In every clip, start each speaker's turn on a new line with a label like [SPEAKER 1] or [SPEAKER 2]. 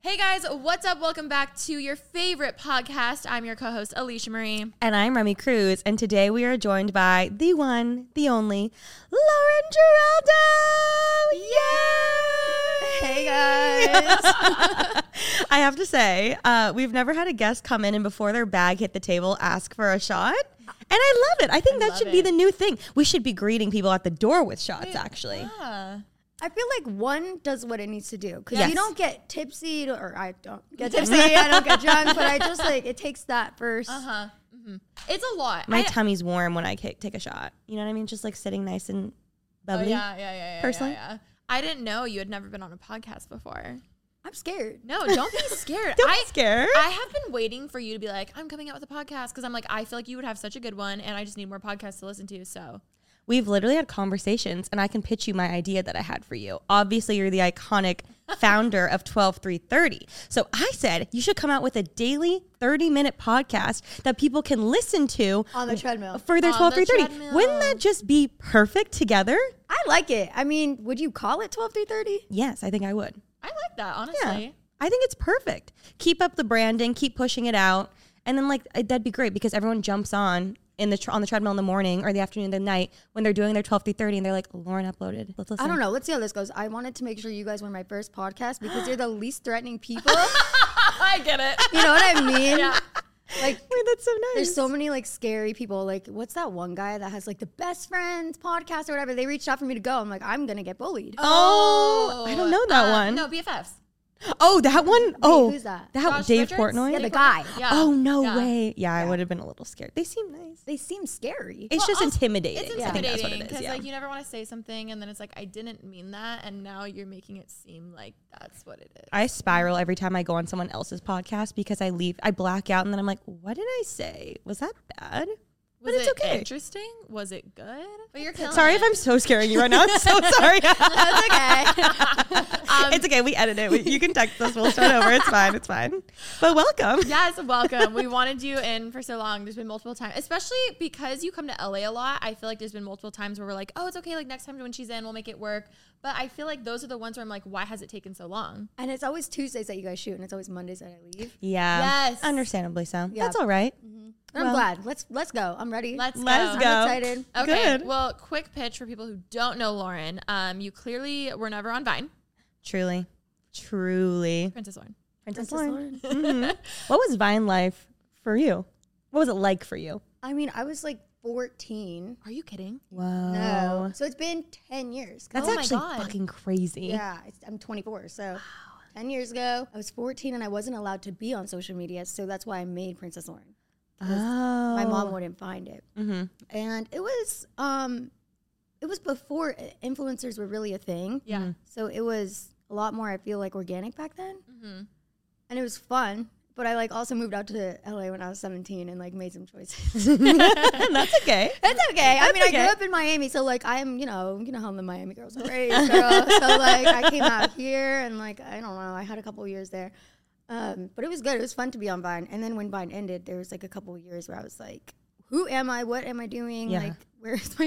[SPEAKER 1] Hey guys, what's up? Welcome back to your favorite podcast. I'm your co host, Alicia Marie.
[SPEAKER 2] And I'm Remy Cruz, and today we are joined by the one, the only, Lauren Geraldo! Yay!
[SPEAKER 1] Hey guys.
[SPEAKER 2] I have to say, uh, we've never had a guest come in and before their bag hit the table ask for a shot. And I love it. I think
[SPEAKER 1] I
[SPEAKER 2] that should
[SPEAKER 1] love
[SPEAKER 2] be
[SPEAKER 1] it.
[SPEAKER 2] the new thing. We should be greeting people at the door with shots, actually.
[SPEAKER 1] Yeah.
[SPEAKER 3] I feel like one does what it needs to do because
[SPEAKER 2] Yes.
[SPEAKER 3] you don't get tipsy or I don't get tipsy, I don't get drunk, but I just like it takes that 1st
[SPEAKER 1] Uh
[SPEAKER 2] Uh-huh.
[SPEAKER 1] huh. hmm It's a lot.
[SPEAKER 2] My
[SPEAKER 1] I-
[SPEAKER 2] tummy's warm when I ca- take a shot. You know what I mean? Just like sitting nice
[SPEAKER 1] Oh,
[SPEAKER 2] and bubbly.
[SPEAKER 1] yeah, yeah, yeah, yeah, yeah.
[SPEAKER 2] personally.
[SPEAKER 1] yeah. I didn't know you had never been on a podcast before.
[SPEAKER 3] I'm scared.
[SPEAKER 1] No, don't be scared.
[SPEAKER 2] Don't
[SPEAKER 1] I,
[SPEAKER 2] be scared.
[SPEAKER 1] I have been waiting for you to be like, I'm coming out with a podcast because I'm like, I feel like you would have such a good one, and I just need more podcasts to listen to. So
[SPEAKER 2] We've literally had conversations, and I can pitch you my idea that I had for you. Obviously, you're the iconic founder of 12330. So I said you should come out with a daily 30 minute podcast that people can listen to
[SPEAKER 3] On the treadmill.
[SPEAKER 2] for their
[SPEAKER 1] On the
[SPEAKER 2] 12330. Wouldn't that just be perfect together?
[SPEAKER 3] I like it. I mean, would you call it 12 through 30?
[SPEAKER 2] Yes, I think I would.
[SPEAKER 1] I like that
[SPEAKER 2] Yeah.
[SPEAKER 1] honestly.
[SPEAKER 2] I think it's perfect. Keep up the branding, keep pushing it out, and then like I- that'd be great because everyone jumps on in the tr- on the treadmill in the morning or the afternoon, the night when they're doing their 12 through 30 and they're like, Lauren uploaded. Let's listen.
[SPEAKER 3] I don't know. Let's see how this goes. I wanted to make sure you guys were my first podcast because you're the least threatening people.
[SPEAKER 1] I get it.
[SPEAKER 3] you know what I mean? Like,
[SPEAKER 2] Wait, that's so nice.
[SPEAKER 3] there's so many like scary people. Like, what's that one guy that has like the best friends podcast or whatever? They reached out for me to go. I'm like, I'm gonna get bullied.
[SPEAKER 2] Oh, I don't know that
[SPEAKER 1] Uh,
[SPEAKER 2] one.
[SPEAKER 1] No, BFFs.
[SPEAKER 2] Oh, that one. Oh,
[SPEAKER 3] who's that?
[SPEAKER 1] Josh
[SPEAKER 2] Dave
[SPEAKER 1] Richards?
[SPEAKER 2] Portnoy.
[SPEAKER 3] Yeah, the guy.
[SPEAKER 1] Yeah.
[SPEAKER 2] oh no
[SPEAKER 1] Yeah.
[SPEAKER 2] way. Yeah, I would have been a little scared. They seem nice.
[SPEAKER 3] They seem scary.
[SPEAKER 2] It's
[SPEAKER 1] Well,
[SPEAKER 2] just
[SPEAKER 1] also-
[SPEAKER 2] intimidating.
[SPEAKER 1] It's
[SPEAKER 2] I think that's what
[SPEAKER 1] intimidating
[SPEAKER 2] it
[SPEAKER 1] because
[SPEAKER 2] is. Yeah.
[SPEAKER 1] like you never want to say something and then it's like I didn't mean that and now you're making it seem like that's what it is.
[SPEAKER 2] I spiral every time I go on someone else's podcast because I leave, I black out, and then I'm like, "What did I say? Was that bad?"
[SPEAKER 1] Was
[SPEAKER 2] it's
[SPEAKER 1] it
[SPEAKER 2] okay.
[SPEAKER 1] interesting? Was it good? But you're killing
[SPEAKER 2] Sorry
[SPEAKER 1] it.
[SPEAKER 2] if I'm so scaring you right now. I'm so sorry.
[SPEAKER 3] Um, That's okay.
[SPEAKER 1] Um,
[SPEAKER 2] it's okay. We edit it. We, you can text us. We'll start over. It's fine. It's fine. But welcome.
[SPEAKER 1] Yes, welcome. we wanted you in for so long. There's been multiple times, especially because you come to LA a lot. I feel like there's been multiple times where we're like, oh, it's okay. Like next time when she's in, we'll make it work. But I feel like those are the ones where I'm like, why has it taken so long?
[SPEAKER 3] And it's always Tuesdays that you guys shoot, and it's always Mondays that I leave.
[SPEAKER 2] Yeah.
[SPEAKER 1] Yes.
[SPEAKER 2] Understandably so.
[SPEAKER 3] Yeah.
[SPEAKER 2] That's all right.
[SPEAKER 3] And I'm glad. Let's let's go. I'm ready.
[SPEAKER 1] Let's,
[SPEAKER 2] Let's
[SPEAKER 1] go.
[SPEAKER 2] go. Oh,
[SPEAKER 3] I'm excited.
[SPEAKER 1] Okay.
[SPEAKER 2] Good.
[SPEAKER 1] Well, quick pitch for people who don't know Lauren. Um, you clearly were never on Vine,
[SPEAKER 2] Truly. Truly.
[SPEAKER 1] Princess Lauren.
[SPEAKER 2] Princess Lauren. Mhm. What was Vine life for you? What was it like for you?
[SPEAKER 3] I mean, I was like 14.
[SPEAKER 1] Are you kidding?
[SPEAKER 2] Wow.
[SPEAKER 3] No, so it's been 10 years.
[SPEAKER 2] Oh. That's
[SPEAKER 1] Oh my
[SPEAKER 2] actually
[SPEAKER 1] God.
[SPEAKER 2] fucking crazy.
[SPEAKER 3] yeah, it's, I'm 24, so 10 years ago, I was 14 and I wasn't allowed to be on social media, so that's why I made Princess Lauren.
[SPEAKER 2] Oh.
[SPEAKER 3] My mom wouldn't find it,
[SPEAKER 2] Mm-hmm.
[SPEAKER 3] and it was um, it was before influencers were really a thing.
[SPEAKER 1] Yeah.
[SPEAKER 2] Mm-hmm.
[SPEAKER 3] So it was a lot more, I feel like, organic back then.
[SPEAKER 2] Mm-hmm.
[SPEAKER 3] And it was fun. But I like also moved out to LA when I was 17 and like made some choices.
[SPEAKER 2] That's okay.
[SPEAKER 3] That's okay. I mean,
[SPEAKER 2] okay.
[SPEAKER 3] I grew up in Miami. So like I am, you know, you know how the Miami girls are raised. girl. so like I came out here and like, I don't know, I had a couple years there. Um, but it was good. It was fun to be on Vine. And then when Vine ended, there was like a couple years where I was like, who am I? What am I doing?
[SPEAKER 2] Yeah.
[SPEAKER 3] Like, where's my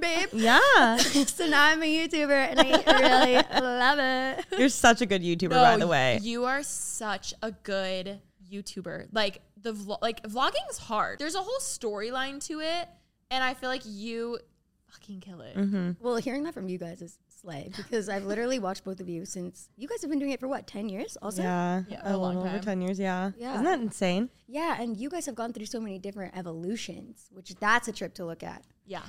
[SPEAKER 3] babe?
[SPEAKER 2] Yeah.
[SPEAKER 3] so now I'm a YouTuber and I really love it.
[SPEAKER 2] You're such a good YouTuber, by the way.
[SPEAKER 1] you are such a good YouTuber. Like the vlog, like vlogging is hard. There's a whole storyline to it, and I feel like you fucking kill it.
[SPEAKER 2] Mm-hmm.
[SPEAKER 3] Well, hearing that from you guys is slay because I've literally watched both of you since you guys have been doing it for what ten years also.
[SPEAKER 2] Yeah,
[SPEAKER 1] Yeah,
[SPEAKER 2] a,
[SPEAKER 1] a long
[SPEAKER 2] little Oh, over
[SPEAKER 1] time.
[SPEAKER 2] ten years. Yeah.
[SPEAKER 3] Yeah.
[SPEAKER 2] isn't that insane?
[SPEAKER 3] Yeah, and you guys have gone through so many different evolutions, which that's a trip to look at
[SPEAKER 1] Yeah.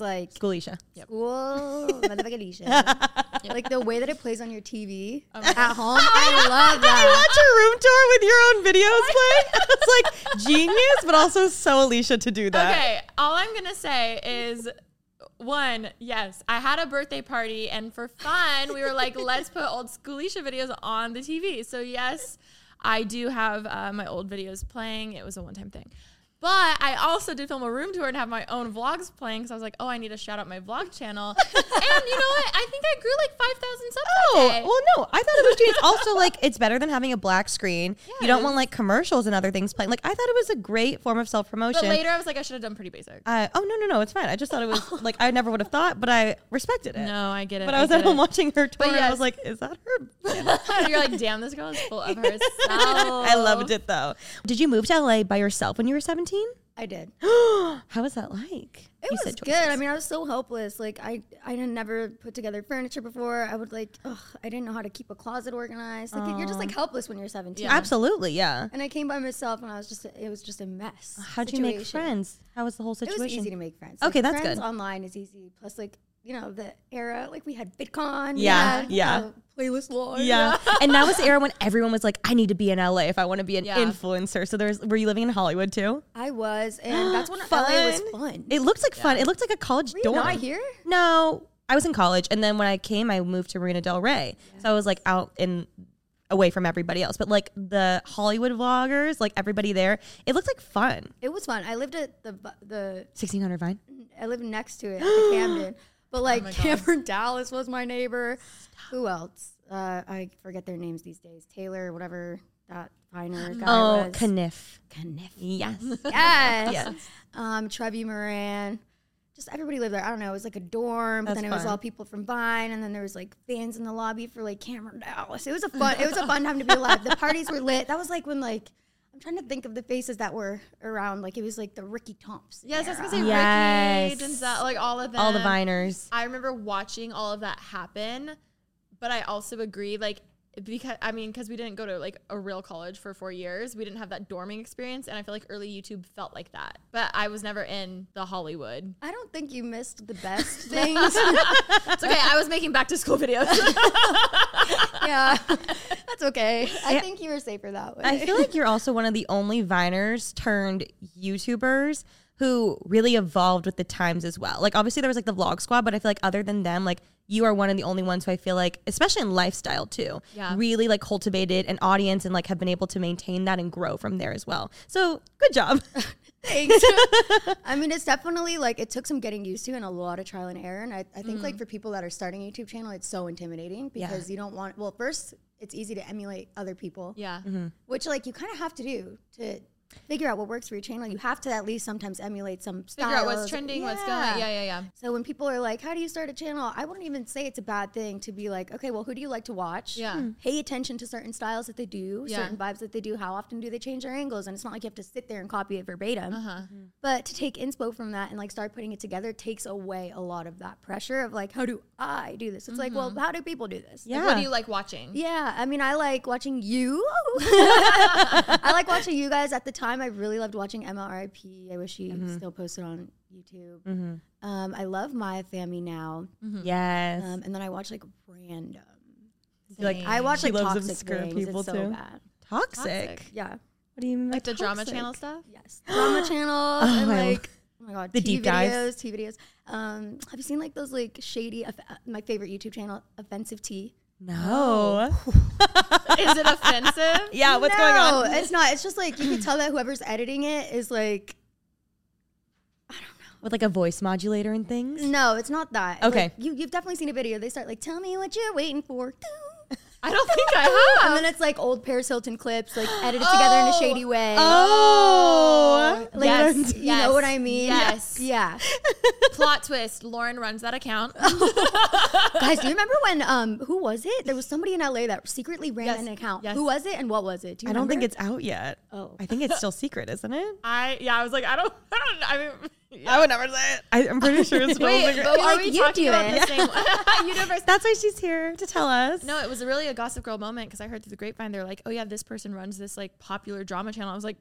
[SPEAKER 3] like
[SPEAKER 2] Schoolisha.
[SPEAKER 3] school, motherfucking Alicia. like the way that it plays on your TV
[SPEAKER 2] Oh
[SPEAKER 3] at home, I love
[SPEAKER 2] You
[SPEAKER 3] that.
[SPEAKER 2] watch a room tour with your own videos play. it's like genius, but also so Alicia to do that.
[SPEAKER 1] Okay, all I'm gonna say is one, yes, I had a birthday party, and for fun, we were like, let's put old Schoolisha videos on the TV. So yes, I do have uh, my old videos playing. It was a one-time thing. But I also did film a room tour and have my own vlogs playing because I was like, oh, I need to shout out my vlog channel. and you know what? I think I grew like 5,000 subs.
[SPEAKER 2] Oh,
[SPEAKER 1] that day.
[SPEAKER 2] well, no, I thought it was genius. Also, like, it's better than having a black screen. You don't want like commercials and other things playing. Like, I thought it was a great form of self
[SPEAKER 1] But
[SPEAKER 2] promotion.
[SPEAKER 1] later, I was like, I should have done pretty basic.
[SPEAKER 2] I- oh no, no, no, it's fine. I just thought it was like I never would have thought, but I respected it.
[SPEAKER 1] No, I get it.
[SPEAKER 2] But I was
[SPEAKER 1] get
[SPEAKER 2] at home
[SPEAKER 1] it.
[SPEAKER 2] watching her tour, and I
[SPEAKER 1] yes.
[SPEAKER 2] was like, "Is that her?"
[SPEAKER 1] You're like, damn, this girl is full of herself.
[SPEAKER 2] I loved it though. Did you move to LA by yourself when you were seventeen?
[SPEAKER 3] I did.
[SPEAKER 2] How was that like?
[SPEAKER 3] It was good. I mean, I was so helpless. Like I, I had never put together furniture before. I would like, ugh, I didn't know how to keep a closet organized. Like you're just like helpless when you're 17.
[SPEAKER 2] absolutely, yeah.
[SPEAKER 3] And I came by myself, and I was just, it was just a mess.
[SPEAKER 2] How'd you make
[SPEAKER 3] situation.
[SPEAKER 2] friends? How was the whole
[SPEAKER 3] It
[SPEAKER 2] situation?
[SPEAKER 3] was easy to make friends.
[SPEAKER 2] Okay, that's
[SPEAKER 3] friends
[SPEAKER 2] good.
[SPEAKER 3] Online is easy. Plus, like you know, the era, like we had VidCon. we
[SPEAKER 2] Yeah,
[SPEAKER 3] had, you
[SPEAKER 2] yeah.
[SPEAKER 3] know, playlist launch.
[SPEAKER 2] Yeah. and that was the era when everyone was like, I need to be in LA if I want to be an
[SPEAKER 1] Yeah.
[SPEAKER 2] influencer. So there's were you living in Hollywood too?
[SPEAKER 3] I was, and that's when LA was fun.
[SPEAKER 2] It looked like fun. It looked like a college
[SPEAKER 3] Were you
[SPEAKER 2] dorm.
[SPEAKER 3] not here?
[SPEAKER 2] No. I was in college and then when I came I moved to Marina Del Rey. So I was like out in away from everybody else. But like the Hollywood vloggers, like everybody there, it looked like fun.
[SPEAKER 3] It was fun. I lived at the bu- the
[SPEAKER 2] Sixteen hundred Vine.
[SPEAKER 3] I lived next to it, at Camden. But like Cameron Dallas was my neighbor. Who else? Uh, I forget their names these days. Taylor, whatever that finer guy
[SPEAKER 2] Oh,
[SPEAKER 3] was.
[SPEAKER 2] Kniff.
[SPEAKER 3] Kniff.
[SPEAKER 2] Yes.
[SPEAKER 3] Yes. Um, Trevi Moran. Just everybody lived there. I don't know. It was like a dorm, but
[SPEAKER 2] That's
[SPEAKER 3] then it was
[SPEAKER 2] fun.
[SPEAKER 3] all people from Vine, and then there was like fans in the lobby for like Cameron Dallas. It was a fun. it was a fun time to be alive. The parties were lit. That was like when like I'm trying to think of the faces that were around. Like it was like the Ricky Thompson.
[SPEAKER 1] Yes, I was gonna say
[SPEAKER 2] Yes.
[SPEAKER 1] Ricky, Denzel, like all of them.
[SPEAKER 2] All the Viners.
[SPEAKER 1] I remember watching all of that happen, but I also agree, like because I mean, because we didn't go to like a real college for four years, we didn't have that dorming experience, and I feel like early YouTube felt like that. But I was never in the Hollywood.
[SPEAKER 3] I don't think you missed the best things.
[SPEAKER 1] It's okay. I was making back to school videos.
[SPEAKER 3] yeah, that's okay. I think you were safer that way.
[SPEAKER 2] I feel like you're also one of the only Viners turned YouTubers who really evolved with the times as well. Like obviously there was like the vlog squad, but I feel like other than them, like you are one of the only ones who I feel like, especially in lifestyle too,
[SPEAKER 1] Yeah.
[SPEAKER 2] really like cultivated an audience and like have been able to maintain that and grow from there as well. So good job.
[SPEAKER 3] Thanks. I mean, it's definitely like it took some getting used to and a lot of trial and error. And I, I think
[SPEAKER 1] Mm.
[SPEAKER 3] like for people that are starting a YouTube channel, it's so intimidating because you don't want. Well, first, it's easy to emulate other people,
[SPEAKER 1] yeah.
[SPEAKER 2] Mm-hmm.
[SPEAKER 3] which like you kind of have to do to figure out what works for your channel. You have to at least sometimes emulate some
[SPEAKER 1] Figure out what's
[SPEAKER 3] styles.
[SPEAKER 1] trending, what's going. Yeah, yeah, yeah.
[SPEAKER 3] So when people are like, "How do you start a channel?" I wouldn't even say it's a bad thing to be like, "Okay, well, who do you like to watch?"
[SPEAKER 1] Yeah. Hmm.
[SPEAKER 3] Pay attention to certain styles that they do,
[SPEAKER 1] Yeah.
[SPEAKER 3] certain vibes that they do. How often do they change their angles? And it's not like you have to sit there and copy it verbatim.
[SPEAKER 1] Uh-huh.
[SPEAKER 3] But to take inspo from that and like start putting it together takes away a lot of that pressure of like, "How do I do this?" It's like, well,
[SPEAKER 1] Mm-hmm.
[SPEAKER 3] how do people do this?
[SPEAKER 1] Like, what do you like watching?
[SPEAKER 3] Yeah, I mean, I like watching you. I like watching you guys. At the time, I really loved watching Emma RIP. I wish she
[SPEAKER 2] Mm-hmm.
[SPEAKER 3] still posted on YouTube. Um, I love Maya Fami now,
[SPEAKER 1] Mm-hmm.
[SPEAKER 2] Yes.
[SPEAKER 3] um, and then I watch like random.
[SPEAKER 2] You're like
[SPEAKER 3] I watch
[SPEAKER 2] She
[SPEAKER 3] like
[SPEAKER 2] loves
[SPEAKER 3] toxic
[SPEAKER 2] obscure
[SPEAKER 3] things.
[SPEAKER 2] people,
[SPEAKER 3] it's so
[SPEAKER 2] too.
[SPEAKER 3] bad.
[SPEAKER 2] toxic.
[SPEAKER 1] Toxic.
[SPEAKER 3] Yeah.
[SPEAKER 2] What do you mean?
[SPEAKER 1] Like the drama
[SPEAKER 2] toxic?
[SPEAKER 1] channel stuff.
[SPEAKER 3] Yes. Drama channels and
[SPEAKER 2] I love-
[SPEAKER 3] like. Oh my god,
[SPEAKER 2] The
[SPEAKER 3] tea
[SPEAKER 2] deep
[SPEAKER 3] videos,
[SPEAKER 2] dives.
[SPEAKER 3] tea videos. Um, have you seen like those like shady? Off- uh, my favorite YouTube channel, Offensive Tea.
[SPEAKER 2] No.
[SPEAKER 1] Is it offensive?
[SPEAKER 2] yeah, Uh, what's going on?
[SPEAKER 3] No, it's not. It's just like you can tell that whoever's editing it is like
[SPEAKER 2] With like a voice modulator and things.
[SPEAKER 3] No, it's not that.
[SPEAKER 2] Okay.
[SPEAKER 3] Like, you, you've definitely seen a video. They start like, tell me what you're waiting for.
[SPEAKER 1] I don't think I have.
[SPEAKER 3] And then it's like old Paris Hilton clips, like edited together in a shady way.
[SPEAKER 2] Oh.
[SPEAKER 3] Like,
[SPEAKER 1] Yes,
[SPEAKER 3] You
[SPEAKER 1] yes,
[SPEAKER 3] know what I mean?
[SPEAKER 1] yes.
[SPEAKER 3] Yeah.
[SPEAKER 1] Plot twist: Lauren runs that account.
[SPEAKER 3] Guys, do you remember when, um, who was it? There was somebody in LA that secretly ran
[SPEAKER 1] Yes,
[SPEAKER 3] an account.
[SPEAKER 1] yes.
[SPEAKER 3] Who was it and what was it? Do you
[SPEAKER 2] I don't think
[SPEAKER 3] remember?
[SPEAKER 2] it's out yet.
[SPEAKER 3] Oh.
[SPEAKER 2] I think it's still secret, isn't it?
[SPEAKER 1] I yeah, I was like, I don't, I don't. I mean,
[SPEAKER 2] I would never say it. I, I'm pretty sure it's
[SPEAKER 1] Wait,
[SPEAKER 2] Girl.
[SPEAKER 1] but are
[SPEAKER 3] Like,
[SPEAKER 1] we
[SPEAKER 3] you
[SPEAKER 1] talking
[SPEAKER 3] do
[SPEAKER 1] about
[SPEAKER 3] it.
[SPEAKER 1] the same universe?
[SPEAKER 2] That's why she's here to tell us.
[SPEAKER 1] No, it was really a Gossip Girl moment because I heard through the grapevine they're like, "Oh yeah, this person runs this like popular drama channel." I was like,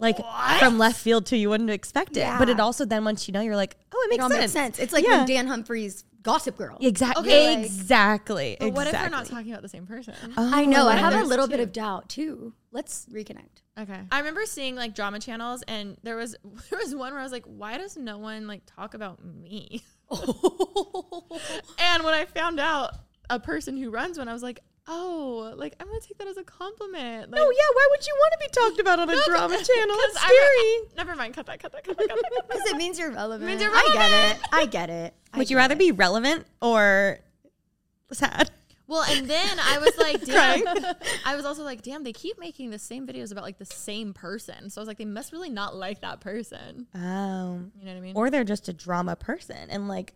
[SPEAKER 2] like from left field too, you wouldn't expect it. But it
[SPEAKER 3] Yeah.
[SPEAKER 2] also then once you know, you're like, oh, it
[SPEAKER 3] It
[SPEAKER 2] makes
[SPEAKER 3] all
[SPEAKER 2] sense.
[SPEAKER 3] makes sense. It's like
[SPEAKER 2] Yeah.
[SPEAKER 3] when Dan Humphries Gossip Girl.
[SPEAKER 2] Exactly.
[SPEAKER 1] Okay, like-
[SPEAKER 2] exactly.
[SPEAKER 1] "But what if
[SPEAKER 2] exactly. Uh, Oh.
[SPEAKER 1] we're not talking about the same person?"
[SPEAKER 3] I know. I
[SPEAKER 1] and
[SPEAKER 3] have a
[SPEAKER 1] there's
[SPEAKER 3] little bit
[SPEAKER 1] two.
[SPEAKER 3] of doubt too. Let's reconnect.
[SPEAKER 1] Okay. I remember seeing like drama channels and there was there was one where I was like, why does no one like talk about me? and when I found out a person who runs one, I was like, oh, like I'm gonna take that as a compliment. Like,
[SPEAKER 2] Oh yeah, why would you want to be talked about on a drama channel?
[SPEAKER 1] 'cause
[SPEAKER 2] It's
[SPEAKER 1] I
[SPEAKER 2] scary.
[SPEAKER 1] re- never mind, cut that, cut that, cut that, cut that, cut that.
[SPEAKER 3] Because it means you're relevant.
[SPEAKER 1] Means you're
[SPEAKER 3] I get
[SPEAKER 1] relevant.
[SPEAKER 3] it. I get it. I
[SPEAKER 2] would you
[SPEAKER 3] get
[SPEAKER 2] rather
[SPEAKER 3] it.
[SPEAKER 2] be relevant or sad?
[SPEAKER 1] Well, and then I was like,
[SPEAKER 2] Crying.
[SPEAKER 1] damn. I was also like, damn, they keep making the same videos about like the same person. So I was like, they must really not like that person.
[SPEAKER 2] Um,
[SPEAKER 1] You know what I mean?
[SPEAKER 2] or they're just a drama person and like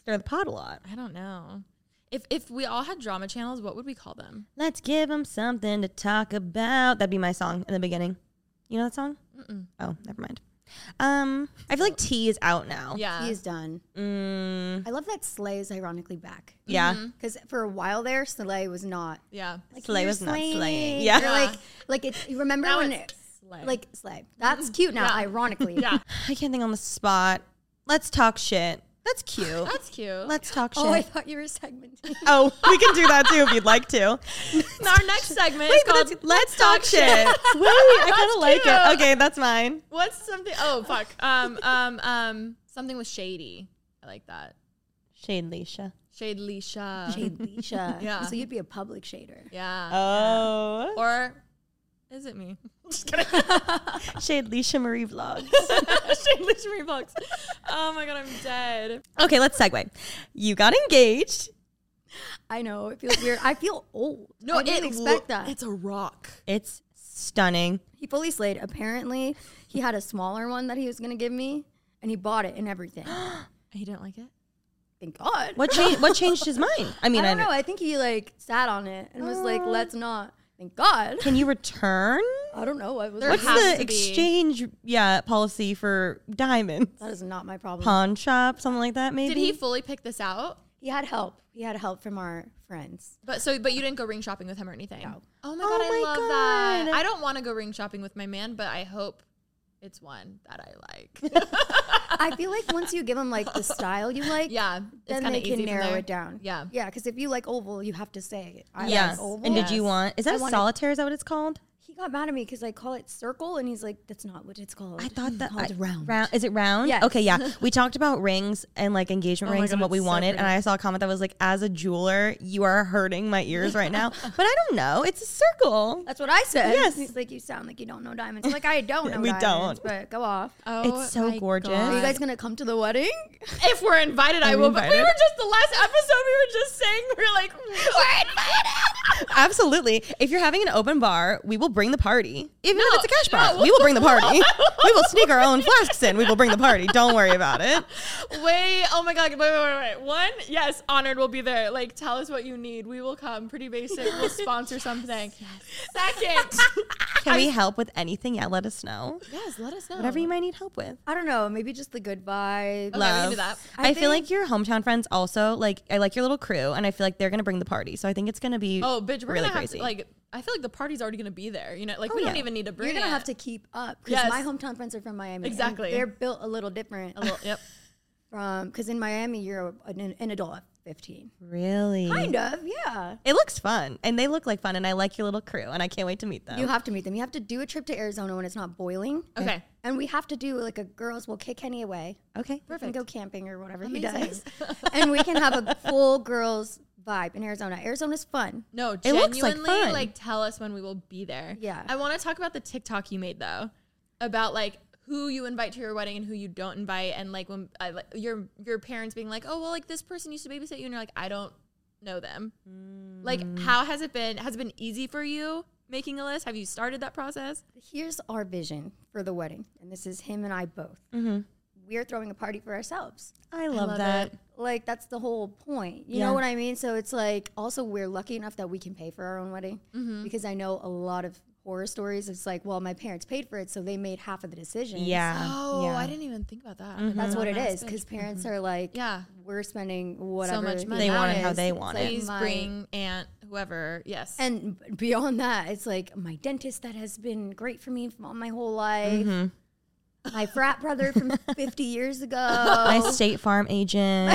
[SPEAKER 2] stir the pot a lot.
[SPEAKER 1] I don't know. If if we all had drama channels, what would we call them?
[SPEAKER 2] Let's give them something to talk about. That'd be my song in the beginning. You know that song? Oh, never mind. Um, I feel like T is out now.
[SPEAKER 1] Yeah.
[SPEAKER 3] He's done.
[SPEAKER 2] Mm,
[SPEAKER 3] I love that Slay is ironically back.
[SPEAKER 2] yeah.
[SPEAKER 1] Mm-hmm.
[SPEAKER 3] Because for a while there, Slay was not.
[SPEAKER 1] yeah.
[SPEAKER 2] Slay
[SPEAKER 3] "You're
[SPEAKER 2] was not slaying.
[SPEAKER 3] slaying."
[SPEAKER 2] Yeah.
[SPEAKER 3] You're like, like it, you remember
[SPEAKER 1] Now
[SPEAKER 3] when,
[SPEAKER 1] it's
[SPEAKER 3] it,
[SPEAKER 1] slay. Mm-hmm.
[SPEAKER 3] like Slay. That's cute now, ironically.
[SPEAKER 1] yeah.
[SPEAKER 2] I can't think on the spot. Let's talk shit. That's cute.
[SPEAKER 1] That's cute.
[SPEAKER 2] Let's talk shit.
[SPEAKER 3] Oh, I thought you were segmenting.
[SPEAKER 2] Oh, we can do that too if you'd like to.
[SPEAKER 1] Our next segment
[SPEAKER 2] Wait,
[SPEAKER 1] is
[SPEAKER 2] but
[SPEAKER 1] called
[SPEAKER 2] that's- let's talk shit. Wait, I kind of like it.
[SPEAKER 1] cute.
[SPEAKER 2] Okay, that's mine.
[SPEAKER 1] What's something? Oh fuck. Um um um something with shady. I like that.
[SPEAKER 2] Shade Leisha.
[SPEAKER 1] Shade Leisha.
[SPEAKER 3] Shade Leisha.
[SPEAKER 1] Yeah.
[SPEAKER 3] So you'd be a public shader.
[SPEAKER 1] Yeah.
[SPEAKER 2] Oh,
[SPEAKER 1] Or is it me?
[SPEAKER 2] Shade Leisha Marie vlogs.
[SPEAKER 1] Shade Leisha Reeboks. Oh my god, I'm dead.
[SPEAKER 2] Okay, let's segue. You got engaged.
[SPEAKER 3] I know. It feels weird. I feel old. I didn't
[SPEAKER 1] it
[SPEAKER 3] expect
[SPEAKER 1] lo-
[SPEAKER 3] that.
[SPEAKER 1] It's a rock.
[SPEAKER 2] It's stunning.
[SPEAKER 3] He fully slayed. Apparently, he had a smaller one that he was going to give me, and he bought it and everything.
[SPEAKER 1] You didn't like it?
[SPEAKER 3] Thank God.
[SPEAKER 2] What changed? What changed his mind? I mean, I,
[SPEAKER 3] I don't
[SPEAKER 2] know.
[SPEAKER 3] know. I think he like sat on it and was like, "Let's not." Thank God.
[SPEAKER 2] Can you return?
[SPEAKER 3] I don't know. I was
[SPEAKER 1] There
[SPEAKER 3] like,
[SPEAKER 2] What's
[SPEAKER 1] has
[SPEAKER 2] the
[SPEAKER 1] to be.
[SPEAKER 2] exchange? Yeah, policy for diamonds.
[SPEAKER 3] that is not my problem.
[SPEAKER 2] Pawn shop, something like that. Maybe.
[SPEAKER 1] Did he fully pick this out?
[SPEAKER 3] He had help. He had help from our friends.
[SPEAKER 1] But so, but you didn't go ring shopping with him or anything. Oh my
[SPEAKER 2] Oh
[SPEAKER 1] god, I
[SPEAKER 2] my
[SPEAKER 1] love that.
[SPEAKER 2] God.
[SPEAKER 1] I don't want to go ring shopping with my man, but I hope it's one that I like.
[SPEAKER 3] I feel like once you give them like the style you like,
[SPEAKER 1] Yeah, it's
[SPEAKER 3] then
[SPEAKER 1] kinda
[SPEAKER 3] they can
[SPEAKER 1] easy from
[SPEAKER 3] narrow
[SPEAKER 1] there.
[SPEAKER 3] it down.
[SPEAKER 1] Yeah.
[SPEAKER 3] yeah. Because if you like oval, you have to say, "I
[SPEAKER 2] Yes.
[SPEAKER 3] like
[SPEAKER 1] Oh,
[SPEAKER 3] oval."
[SPEAKER 2] And did you want? Is that
[SPEAKER 3] I
[SPEAKER 2] a
[SPEAKER 3] wanted-
[SPEAKER 2] solitaire? Is that what it's called?
[SPEAKER 3] He got mad at me because I call it circle, and he's like, "That's not what it's called."
[SPEAKER 2] I thought that
[SPEAKER 3] called
[SPEAKER 2] I-
[SPEAKER 3] round.
[SPEAKER 2] Is it round?
[SPEAKER 3] Yes.
[SPEAKER 2] Okay, yeah. We talked about rings and like engagement
[SPEAKER 1] Oh my
[SPEAKER 2] rings and
[SPEAKER 1] God,
[SPEAKER 2] what we
[SPEAKER 1] it's so
[SPEAKER 2] wanted, and
[SPEAKER 1] pretty.
[SPEAKER 2] I saw a comment that was like, "As a jeweler, you are hurting my ears right now." but I don't know. It's a circle.
[SPEAKER 3] That's what I said.
[SPEAKER 2] Yes.
[SPEAKER 3] he's like, "You sound like you don't know diamonds." I'm like, I don't know.
[SPEAKER 2] We
[SPEAKER 3] diamonds,
[SPEAKER 2] don't.
[SPEAKER 3] But go off.
[SPEAKER 1] oh,
[SPEAKER 2] It's so
[SPEAKER 1] my
[SPEAKER 2] gorgeous.
[SPEAKER 3] Are you
[SPEAKER 1] God.
[SPEAKER 3] guys gonna come to the wedding?
[SPEAKER 1] if we're invited, I
[SPEAKER 2] Are we
[SPEAKER 1] will. But we
[SPEAKER 2] invited?
[SPEAKER 1] were just the last episode. We were just saying we are like we're invited.
[SPEAKER 2] Absolutely. If you're having an open bar, we will bring the party. Even
[SPEAKER 1] No,
[SPEAKER 2] if it's a cash
[SPEAKER 1] no.
[SPEAKER 2] bar, we will bring the party. we will sneak our own flasks in. We will bring the party. Don't worry about it.
[SPEAKER 1] Wait, oh my god, wait, wait, wait, wait. One, yes, honored will be there. Like, tell us what you need. We will come. Pretty basic. We'll sponsor something. Second,
[SPEAKER 2] Can we help with anything? Yeah, let us know.
[SPEAKER 1] yes, let us know.
[SPEAKER 2] Whatever you might need help with. Um,
[SPEAKER 3] I don't know. Maybe just the good vibes.
[SPEAKER 1] Okay, we can do that.
[SPEAKER 2] I,
[SPEAKER 3] I
[SPEAKER 2] feel
[SPEAKER 3] think-
[SPEAKER 2] like your hometown friends also like I like your little crew, and I feel like they're gonna bring the party. So I think it's gonna be
[SPEAKER 1] Oh, bitch, we're
[SPEAKER 2] really
[SPEAKER 1] gonna have
[SPEAKER 2] crazy.
[SPEAKER 1] to, like. I feel like the party's already gonna be there. You know, like we don't
[SPEAKER 2] yeah.
[SPEAKER 1] even need to bring.
[SPEAKER 3] You're gonna
[SPEAKER 1] it.
[SPEAKER 3] have to keep up because
[SPEAKER 1] Yes.
[SPEAKER 3] my hometown friends are from Miami. and
[SPEAKER 1] Exactly.
[SPEAKER 3] they're built a little different
[SPEAKER 1] A little, yep.
[SPEAKER 3] from because in Miami you're an, an adult at 15.
[SPEAKER 1] Mm-hmm.
[SPEAKER 2] really.
[SPEAKER 3] Kind of, yeah.
[SPEAKER 2] It looks fun, and they look like fun, and I like your little crew, and I can't wait to meet them.
[SPEAKER 3] You have to meet them. You have to do a trip to Arizona when it's not boiling,
[SPEAKER 1] Oh. Okay.
[SPEAKER 3] and we have to do like a girls will kick Kenny away
[SPEAKER 2] okay,
[SPEAKER 3] and go camping or whatever he does, and we can have a full girls vibe in Arizona. Arizona's fun.
[SPEAKER 1] No,
[SPEAKER 2] It
[SPEAKER 1] genuinely,
[SPEAKER 2] looks like fun.
[SPEAKER 1] like, tell us when we will be there.
[SPEAKER 3] Yeah.
[SPEAKER 1] I want to talk about the TikTok you made though, about like who you invite to your wedding and who you don't invite, and like when I, like, your your parents being like, oh well, like this person used to babysit you, and you're like, I don't know them.
[SPEAKER 2] Mm.
[SPEAKER 1] Like, how has it been? Has it been easy for you making a list? Have you started that process?
[SPEAKER 3] Here's our vision for the wedding, and this is him and I both.
[SPEAKER 1] Mm-hmm.
[SPEAKER 3] We're throwing a party for ourselves.
[SPEAKER 2] I love, that.
[SPEAKER 3] like that's the whole point you
[SPEAKER 2] Yeah.
[SPEAKER 3] know what
[SPEAKER 2] Mm-hmm.
[SPEAKER 3] i mean so it's like also we're lucky enough that we can pay for our own wedding because i know a lot of horror stories. It's like, well, my parents paid for it, so they made half of the decision.
[SPEAKER 2] Yeah.
[SPEAKER 1] Oh,
[SPEAKER 2] yeah. Mm-hmm.
[SPEAKER 1] I didn't even think about that.
[SPEAKER 3] That's what it
[SPEAKER 1] That's
[SPEAKER 3] is
[SPEAKER 1] big.
[SPEAKER 3] because parents are like,
[SPEAKER 1] Mm-hmm. Yeah.
[SPEAKER 3] we're spending whatever
[SPEAKER 1] So much
[SPEAKER 3] you
[SPEAKER 1] money.
[SPEAKER 2] They want it
[SPEAKER 3] is.
[SPEAKER 2] how they want it.
[SPEAKER 1] Please
[SPEAKER 3] my-
[SPEAKER 1] bring aunt whoever. Yes.
[SPEAKER 3] And b- beyond that, it's like my dentist that has been great for me from all my whole life.
[SPEAKER 2] Mm-hmm.
[SPEAKER 3] My frat brother from 50 years ago.
[SPEAKER 2] My State Farm agent,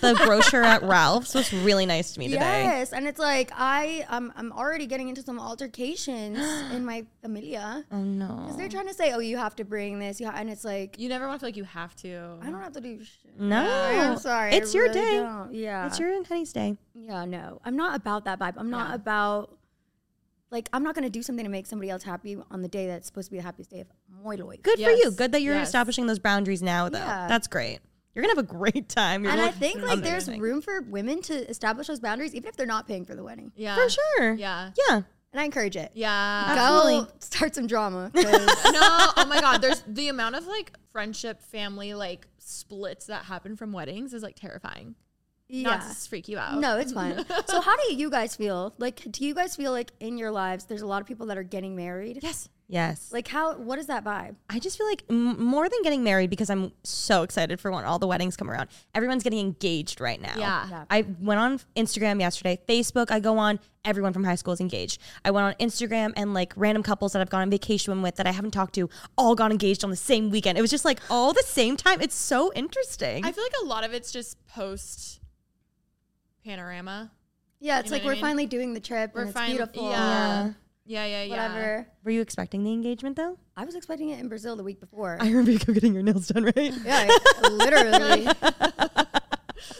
[SPEAKER 2] the grocer at Ralph's was really nice to me today.
[SPEAKER 3] Yes, and it's like I I'm, I'm already getting into some altercations in my familia
[SPEAKER 2] Oh no.
[SPEAKER 3] because they're trying to say, oh, you have to bring this, yeah, and it's like
[SPEAKER 1] you never want to feel like you have to.
[SPEAKER 3] I don't have to do shit.
[SPEAKER 2] No.
[SPEAKER 3] I'm sorry, I
[SPEAKER 2] It's your
[SPEAKER 3] really
[SPEAKER 2] day.
[SPEAKER 3] don't. Yeah,
[SPEAKER 2] It's your and Honey's day.
[SPEAKER 3] yeah. No, I'm not about that vibe. I'm not about like I'm not gonna do something to make somebody else happy on the day that's supposed to be the happiest day of my life.
[SPEAKER 2] Good for
[SPEAKER 1] Yes.
[SPEAKER 2] you. Good that you're
[SPEAKER 1] Yes.
[SPEAKER 2] establishing those boundaries now though.
[SPEAKER 3] Yeah.
[SPEAKER 2] That's great. You're gonna have a great time. You're
[SPEAKER 3] And
[SPEAKER 2] gonna
[SPEAKER 3] I
[SPEAKER 2] look
[SPEAKER 3] think like there's
[SPEAKER 2] amazing.
[SPEAKER 3] room for women to establish those boundaries, even if they're not paying for the wedding.
[SPEAKER 1] Yeah.
[SPEAKER 2] for sure.
[SPEAKER 1] Yeah.
[SPEAKER 2] Yeah.
[SPEAKER 3] And I encourage it.
[SPEAKER 1] Yeah.
[SPEAKER 3] Go start some drama. 'cause-
[SPEAKER 1] no, oh my god, there's the amount of like friendship, family, like splits that happen from weddings is like terrifying. Not to
[SPEAKER 3] yeah.
[SPEAKER 1] s- freak you out.
[SPEAKER 3] No, it's fine. so, how do you guys feel? Like, do you guys feel like in your lives there's a lot of people that are getting married?
[SPEAKER 1] Yes.
[SPEAKER 2] Yes.
[SPEAKER 3] Like, how? What is that vibe?
[SPEAKER 2] I just feel like m- more than getting married because I'm so excited for when all the weddings come around. Everyone's getting engaged right now.
[SPEAKER 1] Yeah. Yeah.
[SPEAKER 2] I went on Instagram yesterday, Facebook. I go on. Everyone from high school is engaged. I went on Instagram and like random couples that I've gone on vacation with that I haven't talked to all got engaged on the same weekend. It was just like all the same time. It's so interesting.
[SPEAKER 1] I feel like a lot of it's just post panorama.
[SPEAKER 3] Yeah, it's
[SPEAKER 1] You know
[SPEAKER 3] like
[SPEAKER 1] what I
[SPEAKER 3] we're
[SPEAKER 1] mean?
[SPEAKER 3] finally doing the trip
[SPEAKER 1] We're
[SPEAKER 3] and it's
[SPEAKER 1] fine-
[SPEAKER 3] beautiful.
[SPEAKER 1] Yeah. Yeah, yeah, yeah.
[SPEAKER 3] Whatever.
[SPEAKER 2] Were you expecting the engagement though?
[SPEAKER 3] I was expecting it in Brazil the week before.
[SPEAKER 2] I remember you go getting your nails done, right?
[SPEAKER 3] yeah, like, literally. like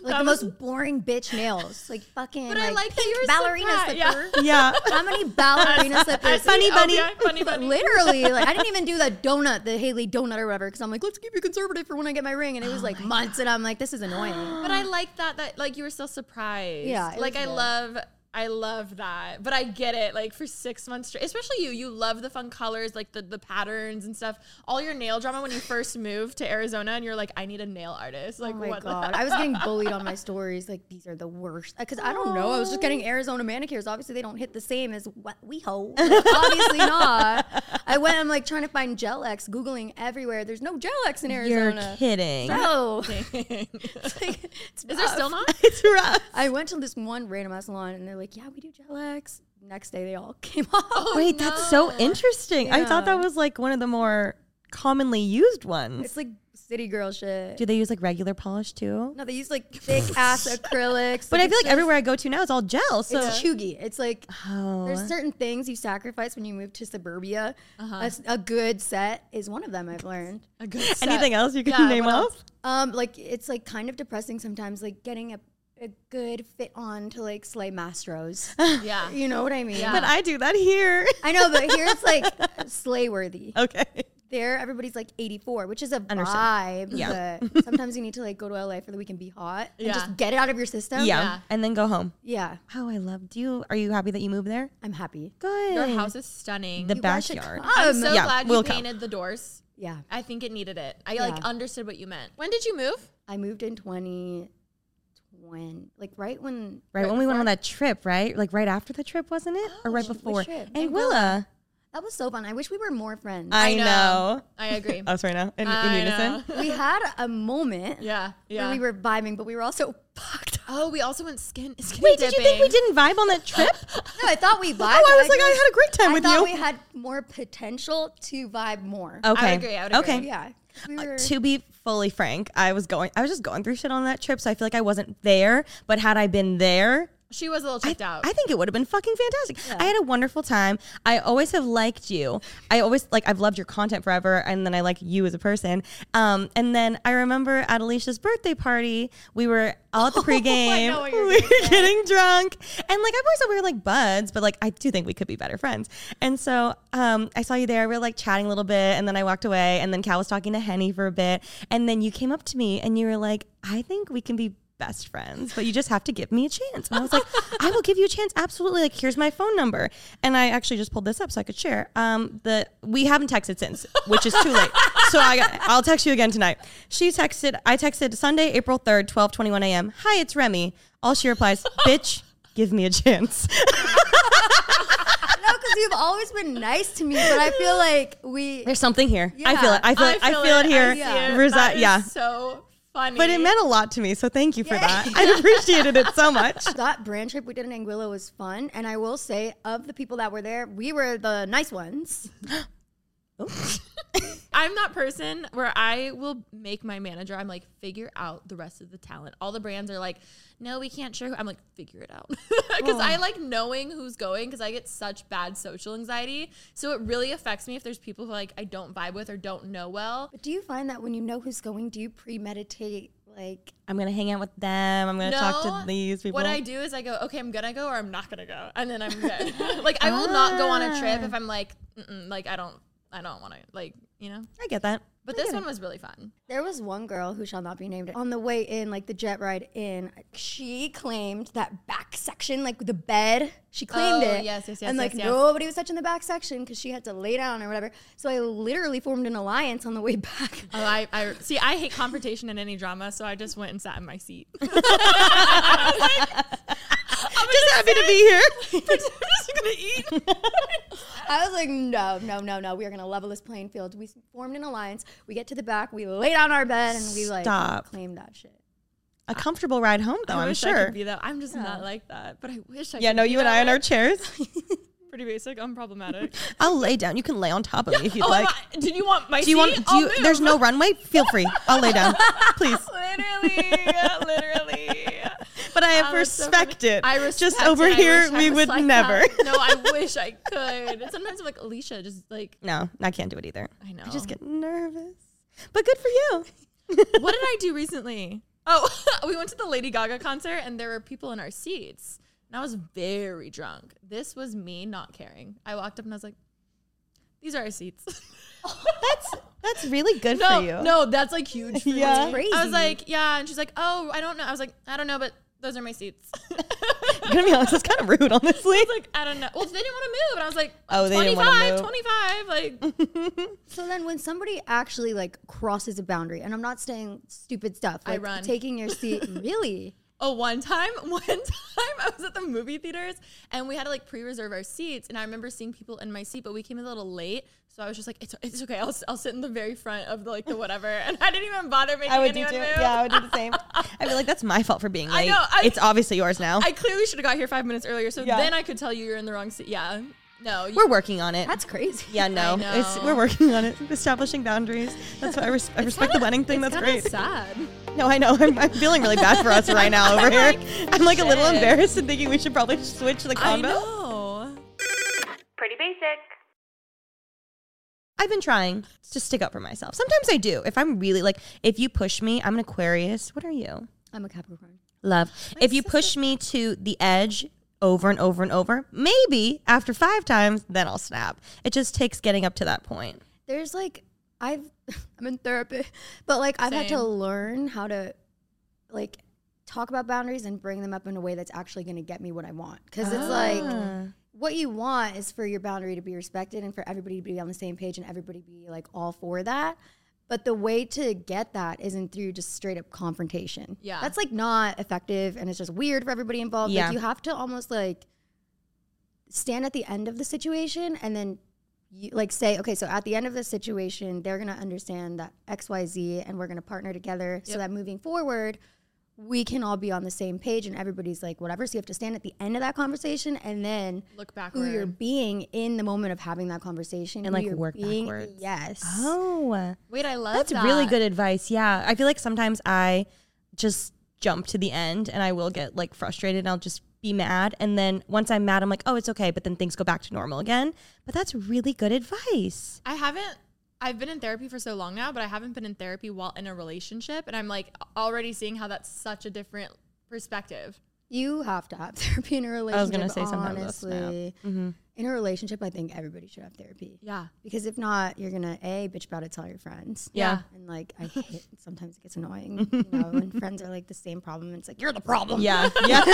[SPEAKER 3] the most boring bitch nails. Like fucking.
[SPEAKER 1] But I like that
[SPEAKER 3] pink
[SPEAKER 1] you were
[SPEAKER 3] ballerina
[SPEAKER 1] surprised, yeah.
[SPEAKER 3] slipper.
[SPEAKER 2] yeah.
[SPEAKER 3] How many ballerina slippers?
[SPEAKER 2] Funny
[SPEAKER 1] Oh,
[SPEAKER 2] bunny.
[SPEAKER 1] yeah, funny bunny.
[SPEAKER 3] Literally, like I didn't even do that donut, the Haley donut or whatever, because I'm like, let's keep it conservative for when I get my ring, and
[SPEAKER 1] Oh
[SPEAKER 3] it was like months, and I'm like, this is annoying.
[SPEAKER 1] But I
[SPEAKER 2] Uh-huh.
[SPEAKER 1] like that that like you were still surprised.
[SPEAKER 3] Yeah, it
[SPEAKER 1] Like
[SPEAKER 3] was
[SPEAKER 1] I
[SPEAKER 3] good.
[SPEAKER 1] love I love that. But I get it. Like for six months straight, especially you, you love the fun colors, like the, the patterns and stuff. All your nail drama when you first moved to Arizona and you're like, I need a nail artist. Like
[SPEAKER 3] Oh my
[SPEAKER 1] what the
[SPEAKER 3] god, I was getting bullied on my stories. Like these are the worst because I don't know. I was just getting
[SPEAKER 1] Oh.
[SPEAKER 3] Arizona manicures. Obviously, they don't hit the same as what we hold. Obviously not. I went. I'm like trying to find Gel X, googling everywhere. There's no Gel X in
[SPEAKER 2] You're
[SPEAKER 3] Arizona.
[SPEAKER 2] kidding.
[SPEAKER 3] No.
[SPEAKER 1] Is
[SPEAKER 3] Like, it's
[SPEAKER 1] there still
[SPEAKER 3] rough.
[SPEAKER 1] not?
[SPEAKER 2] it's rough.
[SPEAKER 3] I went to this one random ass salon, and they're like, "Yeah, we do Gel X." Next day, they all came off.
[SPEAKER 1] Oh,
[SPEAKER 2] Oh, Wait, that's so interesting. I thought that was like one of the more commonly used ones.
[SPEAKER 3] It's like city girl shit.
[SPEAKER 2] Do they use like regular polish too?
[SPEAKER 3] No, they use like thick ass acrylics.
[SPEAKER 2] But I feel
[SPEAKER 3] it's
[SPEAKER 2] like everywhere I go to now, it's all gel. So
[SPEAKER 3] just- it's chuggy. It's like
[SPEAKER 2] oh, Uh-huh.
[SPEAKER 3] there's certain things you sacrifice when you move to suburbia. A s- A, good set is one of them. I've learned.
[SPEAKER 1] A good set.
[SPEAKER 2] anything else you can
[SPEAKER 1] Yeah,
[SPEAKER 2] name
[SPEAKER 1] what
[SPEAKER 2] off?
[SPEAKER 3] Um, like it's like kind of depressing sometimes. Like getting a, a good fit on to like slay mastros.
[SPEAKER 1] Yeah.
[SPEAKER 3] you know what I mean?
[SPEAKER 1] Yeah.
[SPEAKER 2] But I do that here.
[SPEAKER 3] I know, but here it's like slay worthy.
[SPEAKER 2] okay.
[SPEAKER 3] There, everybody's like 84, which is a
[SPEAKER 2] Understand.
[SPEAKER 3] vibe.
[SPEAKER 2] Yeah.
[SPEAKER 3] But sometimes you need to like go to LA for the week and be hot and
[SPEAKER 1] Yeah.
[SPEAKER 3] just get it out of your system.
[SPEAKER 2] Yeah.
[SPEAKER 1] Yeah.
[SPEAKER 2] and then go home.
[SPEAKER 3] Yeah.
[SPEAKER 2] Oh, I loved you. Are you happy that you moved there?
[SPEAKER 3] I'm happy.
[SPEAKER 2] Good.
[SPEAKER 1] Your house is stunning.
[SPEAKER 2] the
[SPEAKER 3] guys should
[SPEAKER 2] backyard.
[SPEAKER 3] come.
[SPEAKER 1] I'm
[SPEAKER 3] Um,
[SPEAKER 1] so
[SPEAKER 2] yeah,
[SPEAKER 1] glad
[SPEAKER 2] we'll
[SPEAKER 1] you
[SPEAKER 2] come.
[SPEAKER 1] painted the doors.
[SPEAKER 3] Yeah.
[SPEAKER 1] I think it needed it. I
[SPEAKER 3] Yeah.
[SPEAKER 1] like understood what you meant. When did you move?
[SPEAKER 3] I moved in 2020, like right when.
[SPEAKER 2] Right, when we went on that trip, right? Like right after the trip, wasn't it?
[SPEAKER 1] Oh,
[SPEAKER 2] or right before?
[SPEAKER 3] trip?
[SPEAKER 2] And
[SPEAKER 3] And
[SPEAKER 2] Willa.
[SPEAKER 3] That was so fun. I wish we were more friends.
[SPEAKER 2] I,
[SPEAKER 1] know.
[SPEAKER 2] know.
[SPEAKER 1] I agree.
[SPEAKER 2] Us right now Oh, in, in
[SPEAKER 1] I
[SPEAKER 2] unison.
[SPEAKER 1] know.
[SPEAKER 3] we had a moment
[SPEAKER 1] Yeah. Yeah.
[SPEAKER 3] where we were vibing, but we were also fucked up.
[SPEAKER 1] oh, we also went skin skin
[SPEAKER 2] Wait, did you think we didn't vibe on that trip? Oh,
[SPEAKER 3] No, Oh, I thought we vibed.
[SPEAKER 2] I
[SPEAKER 3] but
[SPEAKER 2] was like,
[SPEAKER 3] feel
[SPEAKER 2] I had a great time
[SPEAKER 3] I
[SPEAKER 2] with
[SPEAKER 3] thought
[SPEAKER 2] you.
[SPEAKER 3] we had more potential to vibe more.
[SPEAKER 2] Okay.
[SPEAKER 1] agree, I would
[SPEAKER 2] okay.
[SPEAKER 1] agree.
[SPEAKER 3] Yeah. 'cause We were,
[SPEAKER 2] To be fully frank, I was going. I was just going through shit on that trip, so I feel like I wasn't there. But had I been there,
[SPEAKER 1] She was a little
[SPEAKER 2] I,
[SPEAKER 1] checked out.
[SPEAKER 2] I think it would have been fucking fantastic. I had a wonderful time. I always have liked you. I always like I've loved your content forever, and then I like you as a person. Um, and then I remember at Alicia's birthday party, we were all at the pregame.
[SPEAKER 3] Oh, know what
[SPEAKER 2] we
[SPEAKER 3] you're
[SPEAKER 2] were getting drunk, and like I've always thought we were like buds, but like I do think we could be better friends. And so um, I saw you there. We were like chatting a little bit, and then I walked away, and then Cal was talking to Henny for a bit, and then you came up to me, and you were like, "I think we can be." best friends, but you just have to give me a chance. And I was like, I will give you a chance. Absolutely. Like, here's my phone number. And I actually just pulled this up so I could share. Um, the we haven't texted since, which is too late. So I got, I'll text you again tonight. She texted, I texted Sunday, April 3rd, 12, 21 a.m. Hi, it's Remy. All she replies, bitch, give me a chance.
[SPEAKER 3] no, because you've always been nice to me, but I feel like we.
[SPEAKER 2] There's something here. I feel it. I feel it. I feel, it, here.
[SPEAKER 1] see
[SPEAKER 2] yeah.
[SPEAKER 1] it.
[SPEAKER 2] Resi-
[SPEAKER 1] That is
[SPEAKER 2] yeah.
[SPEAKER 1] so funny.
[SPEAKER 2] But it meant a lot to me, so thank you for that. I appreciated it so much.
[SPEAKER 3] That brand trip we did in Anguilla was fun, and I will say, of the people that were there, we were the nice ones.
[SPEAKER 1] I'm that person where I will make my manager. I'm like, figure out the rest of the talent. All the brands are like, no, we can't share. who-" I'm like, figure it out because I like knowing who's going because I get such bad social anxiety. So it really affects me if there's people who like I don't vibe with or don't know well.
[SPEAKER 3] But do you find that when you know who's going, do you premeditate? Like,
[SPEAKER 2] I'm gonna hang out with them. I'm gonna talk to these people.
[SPEAKER 1] What I do is I go, okay, I'm gonna go or I'm not gonna go, and then I'm good. like I will not go on a trip
[SPEAKER 2] Ah.
[SPEAKER 1] if I'm like, Mm-mm, like I don't, I don't want to, like you know.
[SPEAKER 2] I get that.
[SPEAKER 1] But this one was really fun.
[SPEAKER 3] There was one girl who shall not be named on the way in, like the jet ride in. She claimed that back section, like the bed. She claimed
[SPEAKER 1] Oh,
[SPEAKER 3] it.
[SPEAKER 1] yes, yes, yes,
[SPEAKER 3] And like
[SPEAKER 1] yes, yes.
[SPEAKER 3] nobody was touching the back section because she had to lay down or whatever. So I literally formed an alliance on the way back.
[SPEAKER 1] Oh, I, I see. I hate confrontation in any drama, so I just went and sat in my seat. I'm
[SPEAKER 2] Just happy to be here.
[SPEAKER 1] just gonna eat.
[SPEAKER 3] I was like, no, no, no, no. We are gonna level this playing field. We formed an alliance. We get to the back. We lay down our bed and we like
[SPEAKER 2] Stop.
[SPEAKER 3] claim that shit.
[SPEAKER 2] A comfortable ride home, though.
[SPEAKER 1] I
[SPEAKER 2] I'm
[SPEAKER 1] wish I
[SPEAKER 2] sure.
[SPEAKER 1] could be that. I'm just not like that. But I wish I.
[SPEAKER 2] Yeah,
[SPEAKER 1] could
[SPEAKER 2] no,
[SPEAKER 1] be
[SPEAKER 2] you and
[SPEAKER 1] that
[SPEAKER 2] I in our
[SPEAKER 1] way.
[SPEAKER 2] chairs.
[SPEAKER 1] pretty basic. I'm problematic.
[SPEAKER 2] I'll lay down. You can lay on top of me if you'd
[SPEAKER 1] oh,
[SPEAKER 2] like.
[SPEAKER 1] am I- did you want my?
[SPEAKER 2] Do you
[SPEAKER 1] seat? Oh,
[SPEAKER 2] want? Do
[SPEAKER 1] I'll
[SPEAKER 2] you,
[SPEAKER 1] move.
[SPEAKER 2] there's Oh, no runway. Feel free. I'll lay down, please.
[SPEAKER 1] literally, literally.
[SPEAKER 2] But I have
[SPEAKER 1] Oh, that's so funny.
[SPEAKER 2] respect it.
[SPEAKER 1] I
[SPEAKER 2] Just
[SPEAKER 1] respect
[SPEAKER 2] over
[SPEAKER 1] it. I
[SPEAKER 2] here,
[SPEAKER 1] wish I
[SPEAKER 2] we
[SPEAKER 1] was
[SPEAKER 2] would
[SPEAKER 1] like
[SPEAKER 2] never.
[SPEAKER 1] that. No, I wish I could. Sometimes I'm like Alicia, just like
[SPEAKER 2] No, I can't do it either.
[SPEAKER 1] I know.
[SPEAKER 2] I just get nervous. But good for you.
[SPEAKER 1] what did I do recently? Oh, we went to the Lady Gaga concert and there were people in our seats. And I was very drunk. This was me not caring. I walked up and I was like, these are our seats.
[SPEAKER 2] That's that's really good
[SPEAKER 1] no,
[SPEAKER 2] for you.
[SPEAKER 1] no, that's like huge for
[SPEAKER 2] Yeah.
[SPEAKER 1] me.
[SPEAKER 2] That's
[SPEAKER 3] crazy.
[SPEAKER 1] I was like, yeah. And she's like, oh, I don't know. I was like, I don't know, but those are my seats.
[SPEAKER 2] I'm gonna be honest, that's kind of rude, honestly.
[SPEAKER 1] like, I don't know. Well, they didn't want to move. And I was like,
[SPEAKER 2] Oh,
[SPEAKER 1] oh,
[SPEAKER 2] they didn't
[SPEAKER 1] 25,
[SPEAKER 2] wanna move.
[SPEAKER 1] 25. Like,
[SPEAKER 3] So then when somebody actually like crosses a boundary, and I'm not saying stupid stuff,
[SPEAKER 1] I
[SPEAKER 3] like
[SPEAKER 1] run.
[SPEAKER 3] taking your seat, really?
[SPEAKER 1] Oh, one time, one time I was at the movie theaters and we had to like pre-reserve our seats. And I remember seeing people in my seat, but we came a little late. So I was just like, it's, it's okay. I'll, I'll sit in the very front of the, like the whatever. And I didn't even bother making
[SPEAKER 2] I would do
[SPEAKER 1] anyone
[SPEAKER 2] too.
[SPEAKER 1] move.
[SPEAKER 2] Yeah, I would do the same. I feel like that's my fault for being late.
[SPEAKER 1] know, I-
[SPEAKER 2] it's obviously yours now.
[SPEAKER 1] I clearly should have got here five minutes earlier. So
[SPEAKER 2] Yeah.
[SPEAKER 1] then I could tell you you're in the wrong seat. Yeah. No. you-
[SPEAKER 2] we're working on it.
[SPEAKER 3] That's crazy.
[SPEAKER 2] yeah, no,
[SPEAKER 1] I
[SPEAKER 2] it's
[SPEAKER 1] know.
[SPEAKER 2] we're working on it. Establishing boundaries. That's why I, res- I respect the wedding thing.
[SPEAKER 1] it's
[SPEAKER 2] That's
[SPEAKER 1] kinda
[SPEAKER 2] great.
[SPEAKER 1] sad.
[SPEAKER 2] No, I know. I'm, I'm feeling really bad for us right now over here. I'm like a little
[SPEAKER 1] shit.
[SPEAKER 2] embarrassed and thinking we should probably switch the
[SPEAKER 1] I
[SPEAKER 2] combo.
[SPEAKER 1] know.
[SPEAKER 4] Pretty basic.
[SPEAKER 2] I've been trying to stick up for myself. Sometimes I do. If I'm really like, if you push me, I'm an Aquarius. What are you?
[SPEAKER 3] I'm a Capricorn.
[SPEAKER 2] Love. if you push me to the edge over and over and over, maybe after five times, then I'll snap. It just takes getting up to that point.
[SPEAKER 3] There's like I've I'm in therapy, but like I've had to
[SPEAKER 1] Same.
[SPEAKER 3] learn how to like talk about boundaries and bring them up in a way that's actually going to get me what I want because it's
[SPEAKER 1] Oh.
[SPEAKER 3] like what you want is for your boundary to be respected and for everybody to be on the same page and everybody be like all for that. But the way to get that isn't through just straight up confrontation.
[SPEAKER 1] Yeah.
[SPEAKER 3] That's like not effective and it's just weird for everybody involved.
[SPEAKER 2] Yeah.
[SPEAKER 3] Like you have to almost like stand at the end of the situation and then you, like say okay so at the end of the situation they're going to understand that xyz and we're going to partner together so
[SPEAKER 1] Yep.
[SPEAKER 3] that moving forward we can all be on the same page and everybody's like whatever so you have to stand at the end of that conversation and then
[SPEAKER 1] Look
[SPEAKER 3] who you're
[SPEAKER 1] backward.
[SPEAKER 3] being in the moment of having that conversation
[SPEAKER 2] And,
[SPEAKER 3] who
[SPEAKER 2] like,
[SPEAKER 3] you're
[SPEAKER 2] work
[SPEAKER 3] being-
[SPEAKER 2] backwards.
[SPEAKER 3] yes
[SPEAKER 2] Oh,
[SPEAKER 1] Wait, I love
[SPEAKER 2] that's
[SPEAKER 1] that.
[SPEAKER 2] really good advice. Yeah. I feel like sometimes I just jump to the end and I will get like frustrated and I'll just be mad. And then once I'm mad, I'm like, oh, it's okay. But then things go back to normal again. But that's really good advice.
[SPEAKER 1] I haven't. I've been in therapy for so long now, but I haven't been in therapy while in a relationship, and I'm like already seeing how that's such a different perspective.
[SPEAKER 3] you have to have therapy in a relationship
[SPEAKER 2] I was gonna say sometimes I'll snap.
[SPEAKER 3] honestly
[SPEAKER 2] Mm-hmm.
[SPEAKER 3] in a relationship i think everybody should have therapy
[SPEAKER 1] Yeah.
[SPEAKER 3] because if not you're going to a bitch about it tell your friends
[SPEAKER 2] Yeah.
[SPEAKER 3] And like I hate sometimes it gets annoying, you know, when friends are like the same problem and it's like you're the problem.
[SPEAKER 2] Yeah, yeah.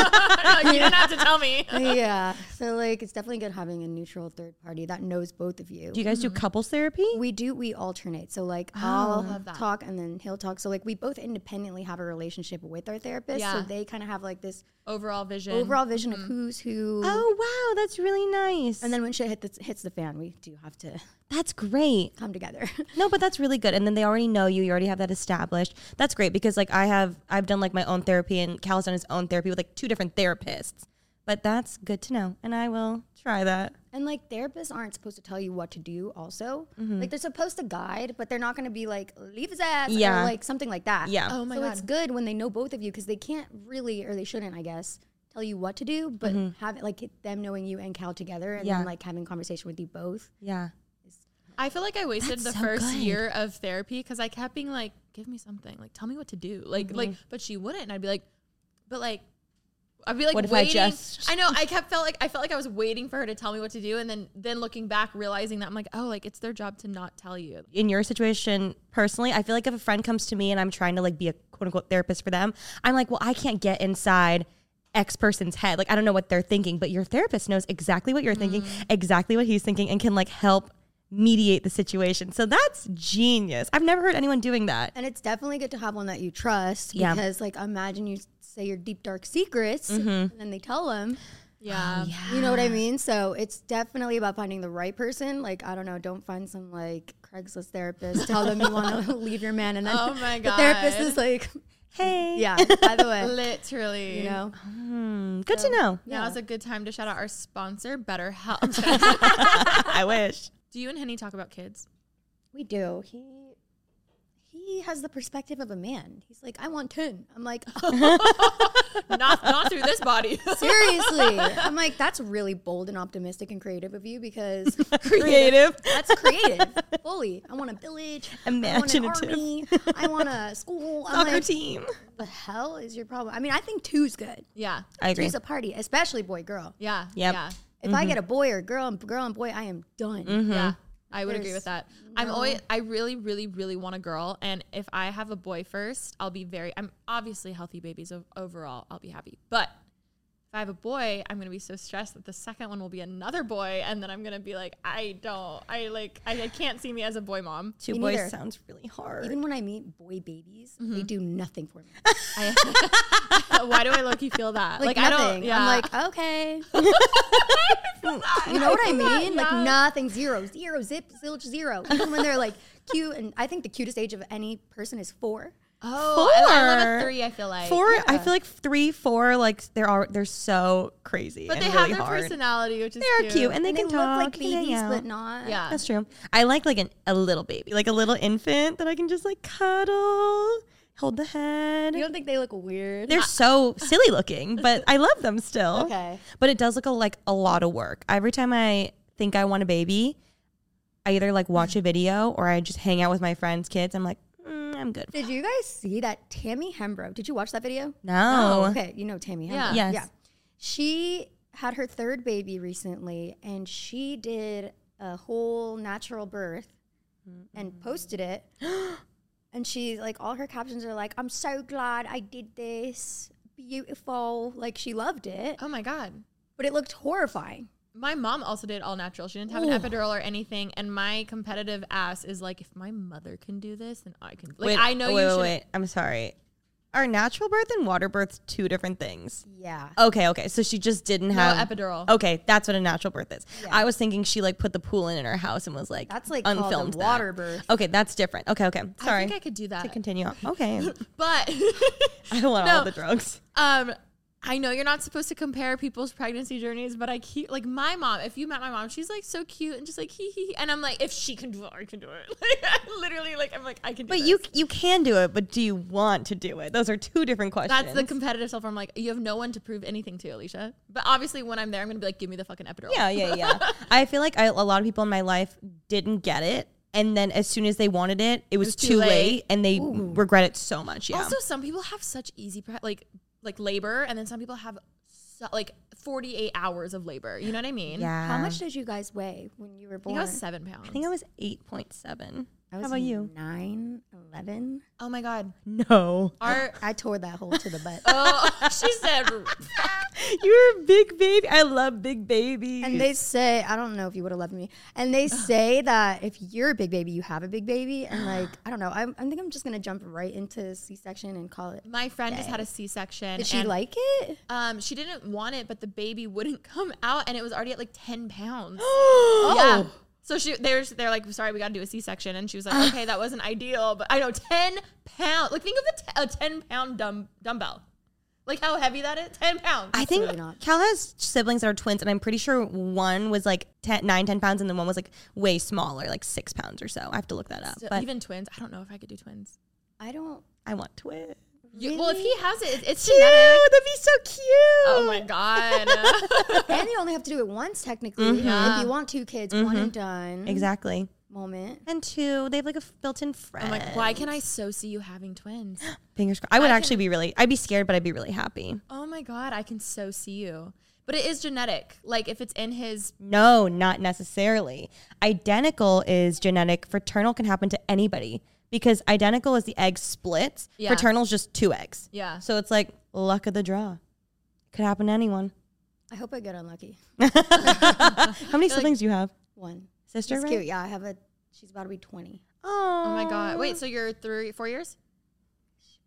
[SPEAKER 1] you didn't have to tell me.
[SPEAKER 3] yeah. So like it's definitely good having a neutral third party that knows both of you.
[SPEAKER 2] do you guys do couples therapy?
[SPEAKER 3] we do we alternate. So like
[SPEAKER 2] Oh,
[SPEAKER 3] I'll talk and then he'll talk. So like we both independently have a relationship with our therapist.
[SPEAKER 1] Yeah.
[SPEAKER 3] So they kind of have like this
[SPEAKER 1] Overall vision.
[SPEAKER 2] Mm-hmm.
[SPEAKER 3] overall vision of who's who.
[SPEAKER 2] Oh wow, that's really nice. Nice.
[SPEAKER 3] And then when shit hit the, hits the fan, we do have to
[SPEAKER 2] that's great.
[SPEAKER 3] come together.
[SPEAKER 2] No, but that's really good. And then they already know you. You already have that established. That's great because like I have, I've done like my own therapy and Cal's done his own therapy with like two different therapists. But that's good to know, and I will try that.
[SPEAKER 3] and like therapists aren't supposed to tell you what to do. Also,
[SPEAKER 2] Mm-hmm.
[SPEAKER 3] like they're supposed to guide, but they're not going to be like leave his ass
[SPEAKER 2] Yeah.
[SPEAKER 3] or like something like that.
[SPEAKER 2] Yeah.
[SPEAKER 1] Oh my
[SPEAKER 3] so
[SPEAKER 1] god.
[SPEAKER 3] it's good when they know both of you because they can't really or they shouldn't, I guess, tell you what to do, but have it like it- them knowing you and Cal together and
[SPEAKER 2] Mm-hmm. Yeah.
[SPEAKER 3] then like having conversation with you both.
[SPEAKER 2] Yeah.
[SPEAKER 1] I feel like I wasted
[SPEAKER 2] That's
[SPEAKER 1] the
[SPEAKER 2] so
[SPEAKER 1] first
[SPEAKER 2] good.
[SPEAKER 1] year of therapy because I kept being like, "Give me something, like tell me what to do," like like.
[SPEAKER 2] Mm-hmm.
[SPEAKER 1] But she wouldn't, and I'd be like, "But like." I'd be like
[SPEAKER 2] What if I
[SPEAKER 1] waiting.
[SPEAKER 2] just-
[SPEAKER 1] I know. I kept felt like I felt like I was waiting for her to tell me what to do, and then then looking back, realizing that I'm like, oh, like it's their job to not tell you.
[SPEAKER 2] in your situation personally, I feel like if a friend comes to me and I'm trying to like be a quote unquote therapist for them, I'm like, well, I can't get inside X person's head. Like, I don't know what they're thinking, but your therapist knows exactly what you're thinking,
[SPEAKER 3] Mm.
[SPEAKER 2] exactly what he's thinking, and can like help mediate the situation. So that's genius. I've never heard anyone doing that.
[SPEAKER 3] And it's definitely good to have one that you trust
[SPEAKER 2] Yeah. Mm-hmm.
[SPEAKER 3] because like imagine you say your deep dark secrets and then they tell them.
[SPEAKER 1] Yeah.
[SPEAKER 3] You know what I mean? So it's definitely about finding the right person. Like, I don't know, don't find some like Craigslist therapist. Tell them you want to leave your man. And then
[SPEAKER 1] Oh my
[SPEAKER 3] the therapist
[SPEAKER 1] God.
[SPEAKER 3] is like,
[SPEAKER 2] Hey,
[SPEAKER 3] yeah, by the way,
[SPEAKER 1] Literally.
[SPEAKER 3] you know,
[SPEAKER 2] good to know.
[SPEAKER 1] Now is a good time to shout out our sponsor, BetterHelp.
[SPEAKER 2] I wish.
[SPEAKER 1] Do you and Henny talk about kids?
[SPEAKER 3] we do. He, he has the perspective of a man. He's like, I want 10. I'm like,
[SPEAKER 1] Not not through this body.
[SPEAKER 3] seriously. I'm like, that's really bold and optimistic and creative of you because
[SPEAKER 2] Creative.
[SPEAKER 3] that's creative. Fully. I want a village.
[SPEAKER 2] Imaginative.
[SPEAKER 3] I want, an army. I want a school. I'm
[SPEAKER 2] Soccer
[SPEAKER 3] like,
[SPEAKER 2] team.
[SPEAKER 3] the hell is your problem? I mean, I think two's good.
[SPEAKER 1] yeah.
[SPEAKER 2] I agree.
[SPEAKER 3] Two's a party, especially boy girl.
[SPEAKER 1] Yeah.
[SPEAKER 2] Yep.
[SPEAKER 1] Yeah.
[SPEAKER 3] If I get a boy or girl and girl and boy, I am done.
[SPEAKER 1] Yeah. I would agree
[SPEAKER 3] Mm-hmm. There's
[SPEAKER 1] with that. I'm always I really, really, really want a girl. And if I have a boy first, I'll be very I'm obviously healthy babies o- overall, I'll be happy. But if I have a boy, I'm gonna be so stressed that the second one will be another boy and then I'm gonna be like, I don't I like I, I can't see me as a boy mom.
[SPEAKER 2] Two
[SPEAKER 3] Me
[SPEAKER 2] boys
[SPEAKER 3] neither.
[SPEAKER 2] sounds really hard.
[SPEAKER 3] Even when I meet boy babies, they do nothing for me.
[SPEAKER 1] I, why do I low key feel that?
[SPEAKER 3] Like,
[SPEAKER 1] I
[SPEAKER 3] nothing.
[SPEAKER 1] don't yeah.
[SPEAKER 3] I'm like, okay. you know what I mean? Like nothing, zero, zero, zip, zilch, zero. Even when they're like cute, and I think the cutest age of any person is four.
[SPEAKER 1] oh I, I love a
[SPEAKER 2] four.
[SPEAKER 1] three, I feel like.
[SPEAKER 2] Four, I feel like three, four, like they're all, they're so crazy.
[SPEAKER 1] But
[SPEAKER 2] and
[SPEAKER 1] they
[SPEAKER 2] really
[SPEAKER 1] have their
[SPEAKER 2] hard.
[SPEAKER 1] personality, which is
[SPEAKER 2] They are cute, and they
[SPEAKER 3] And
[SPEAKER 2] can
[SPEAKER 3] they
[SPEAKER 2] talk.
[SPEAKER 3] look like
[SPEAKER 2] you can hang
[SPEAKER 3] babies,
[SPEAKER 2] out.
[SPEAKER 3] but not.
[SPEAKER 1] Yeah.
[SPEAKER 2] That's true. I like like an, a little baby, like a little infant that I can just like cuddle, hold the head.
[SPEAKER 3] You don't think they look weird?
[SPEAKER 2] They're so silly looking, but I love them still.
[SPEAKER 3] Okay.
[SPEAKER 2] But it does look a, like a lot of work. Every time I think I want a baby, I either like watch a video or I just hang out with my friends' kids. I'm like, mm, I'm good.
[SPEAKER 3] Did you guys see that Tammy Hembro? Did you watch that video?
[SPEAKER 2] No.
[SPEAKER 3] Oh, okay. You know Tammy Hembro.
[SPEAKER 1] Yeah.
[SPEAKER 2] Yes.
[SPEAKER 3] Yeah. She had her third baby recently and she did a whole natural birth and posted it. and she like all her captions are like, I'm so glad I did this. Beautiful. Like she loved it.
[SPEAKER 1] Oh my god.
[SPEAKER 3] But it looked horrifying.
[SPEAKER 1] My mom also did all natural. She didn't have an epidural or anything. And my competitive ass is like, if my mother can do this, then I can. Like,
[SPEAKER 2] Wait, oh,
[SPEAKER 1] I know
[SPEAKER 2] wait,
[SPEAKER 1] you
[SPEAKER 2] wait,
[SPEAKER 1] should.
[SPEAKER 2] wait. I'm sorry. Are natural birth and water birth two different things?
[SPEAKER 3] Yeah.
[SPEAKER 2] Okay, okay. So she just didn't
[SPEAKER 1] No
[SPEAKER 2] have
[SPEAKER 1] epidural.
[SPEAKER 2] Okay, that's what a natural birth is. I was thinking she like put the pool in in her house and was like
[SPEAKER 3] That's like called a
[SPEAKER 2] unfilmed
[SPEAKER 3] water
[SPEAKER 2] that.
[SPEAKER 3] birth.
[SPEAKER 2] Okay, that's different. Okay, okay.
[SPEAKER 1] I
[SPEAKER 2] Sorry.
[SPEAKER 1] think I could do that.
[SPEAKER 2] to continue on. Okay.
[SPEAKER 1] but
[SPEAKER 2] I don't want all
[SPEAKER 1] No.
[SPEAKER 2] the drugs.
[SPEAKER 1] um, I know you're not supposed to compare people's pregnancy journeys, but I keep like my mom. If you met my mom, she's like so cute and just like hee hee. hee. And I'm like, if she can do it, I can do it. Like, I literally, like I'm like I can. do
[SPEAKER 2] But you
[SPEAKER 1] this.
[SPEAKER 2] you can do it, but do you want to do it? Those are two different questions.
[SPEAKER 1] That's the competitive self. where I'm like, you have no one to prove anything to, Alicia. But obviously, when I'm there, I'm gonna be like, give me the fucking epidural.
[SPEAKER 2] Yeah, yeah, yeah. I feel like I, a lot of people in my life didn't get it. And then as soon as they wanted it, it was, too, late. and they regret it so much. Yeah.
[SPEAKER 1] Also, some people have such easy pre- like like labor, and then some people have so, like forty eight hours of labor. You know what I mean?
[SPEAKER 2] yeah.
[SPEAKER 3] How much did you guys weigh when you were
[SPEAKER 1] I
[SPEAKER 3] born?
[SPEAKER 1] think I was seven pounds.
[SPEAKER 2] I think I was 8.7.
[SPEAKER 3] I was
[SPEAKER 2] about you?
[SPEAKER 3] Nine, eleven.
[SPEAKER 1] Oh my god.
[SPEAKER 2] No.
[SPEAKER 1] Our
[SPEAKER 3] I tore that hole to the butt.
[SPEAKER 1] oh, she said
[SPEAKER 2] You're a big baby. I love big babies.
[SPEAKER 3] And they say, I don't know if you would have loved me. And they say that if you're a big baby, you have a big baby. And like, I don't know. I'm, I think I'm just gonna jump right into C-section and call it.
[SPEAKER 1] my friend just had a C-section.
[SPEAKER 3] Did she
[SPEAKER 1] and,
[SPEAKER 3] like it?
[SPEAKER 1] Um, she didn't want it, but the baby wouldn't come out, and it was already at like ten pounds.
[SPEAKER 2] oh.
[SPEAKER 1] Yeah. So she, they're they're like, sorry, we got to do a C-section, and she was like, okay, that wasn't ideal, but I know ten pound. Like think of the t- a ten pound dumb dumbbell, like how heavy that is. Ten pounds.
[SPEAKER 2] I think
[SPEAKER 3] Absolutely not.
[SPEAKER 2] Cal has siblings that are twins, and I'm pretty sure one was like 10, 9, 10 pounds, and then one was like way smaller, like six pounds or so. I have to look that up.
[SPEAKER 1] So
[SPEAKER 2] but
[SPEAKER 1] even twins, I don't know if I could do twins.
[SPEAKER 3] I don't.
[SPEAKER 2] I want twins.
[SPEAKER 1] You, well, if he has it, it's, it's
[SPEAKER 2] Cute.
[SPEAKER 1] genetic.
[SPEAKER 2] That'd be so cute.
[SPEAKER 1] Oh my god.
[SPEAKER 3] And you only have to do it once technically. If you want two kids, one and done.
[SPEAKER 2] Exactly.
[SPEAKER 3] Moment.
[SPEAKER 2] And two, they have like a f- built-in friend.
[SPEAKER 1] I'm like, why can I so see you having twins?
[SPEAKER 2] Fingers crossed. I would actually be really. I'd be scared, but I'd be really happy.
[SPEAKER 1] Oh my god, I can so see you. But it is genetic. Like if it's in his
[SPEAKER 2] No, not necessarily. Identical is genetic. Fraternal can happen to anybody because identical is the egg splits.
[SPEAKER 1] Yeah.
[SPEAKER 2] Fraternal is just two eggs.
[SPEAKER 1] Yeah.
[SPEAKER 2] So it's like luck of the draw. Could happen to anyone.
[SPEAKER 3] I hope I get unlucky.
[SPEAKER 2] How many siblings do you have?
[SPEAKER 3] One.
[SPEAKER 2] Sister,
[SPEAKER 3] She's
[SPEAKER 2] right?
[SPEAKER 3] cute. Yeah, I have a. She's about to be 20.
[SPEAKER 2] Oh,
[SPEAKER 1] Oh my god. Wait, so you're three four years?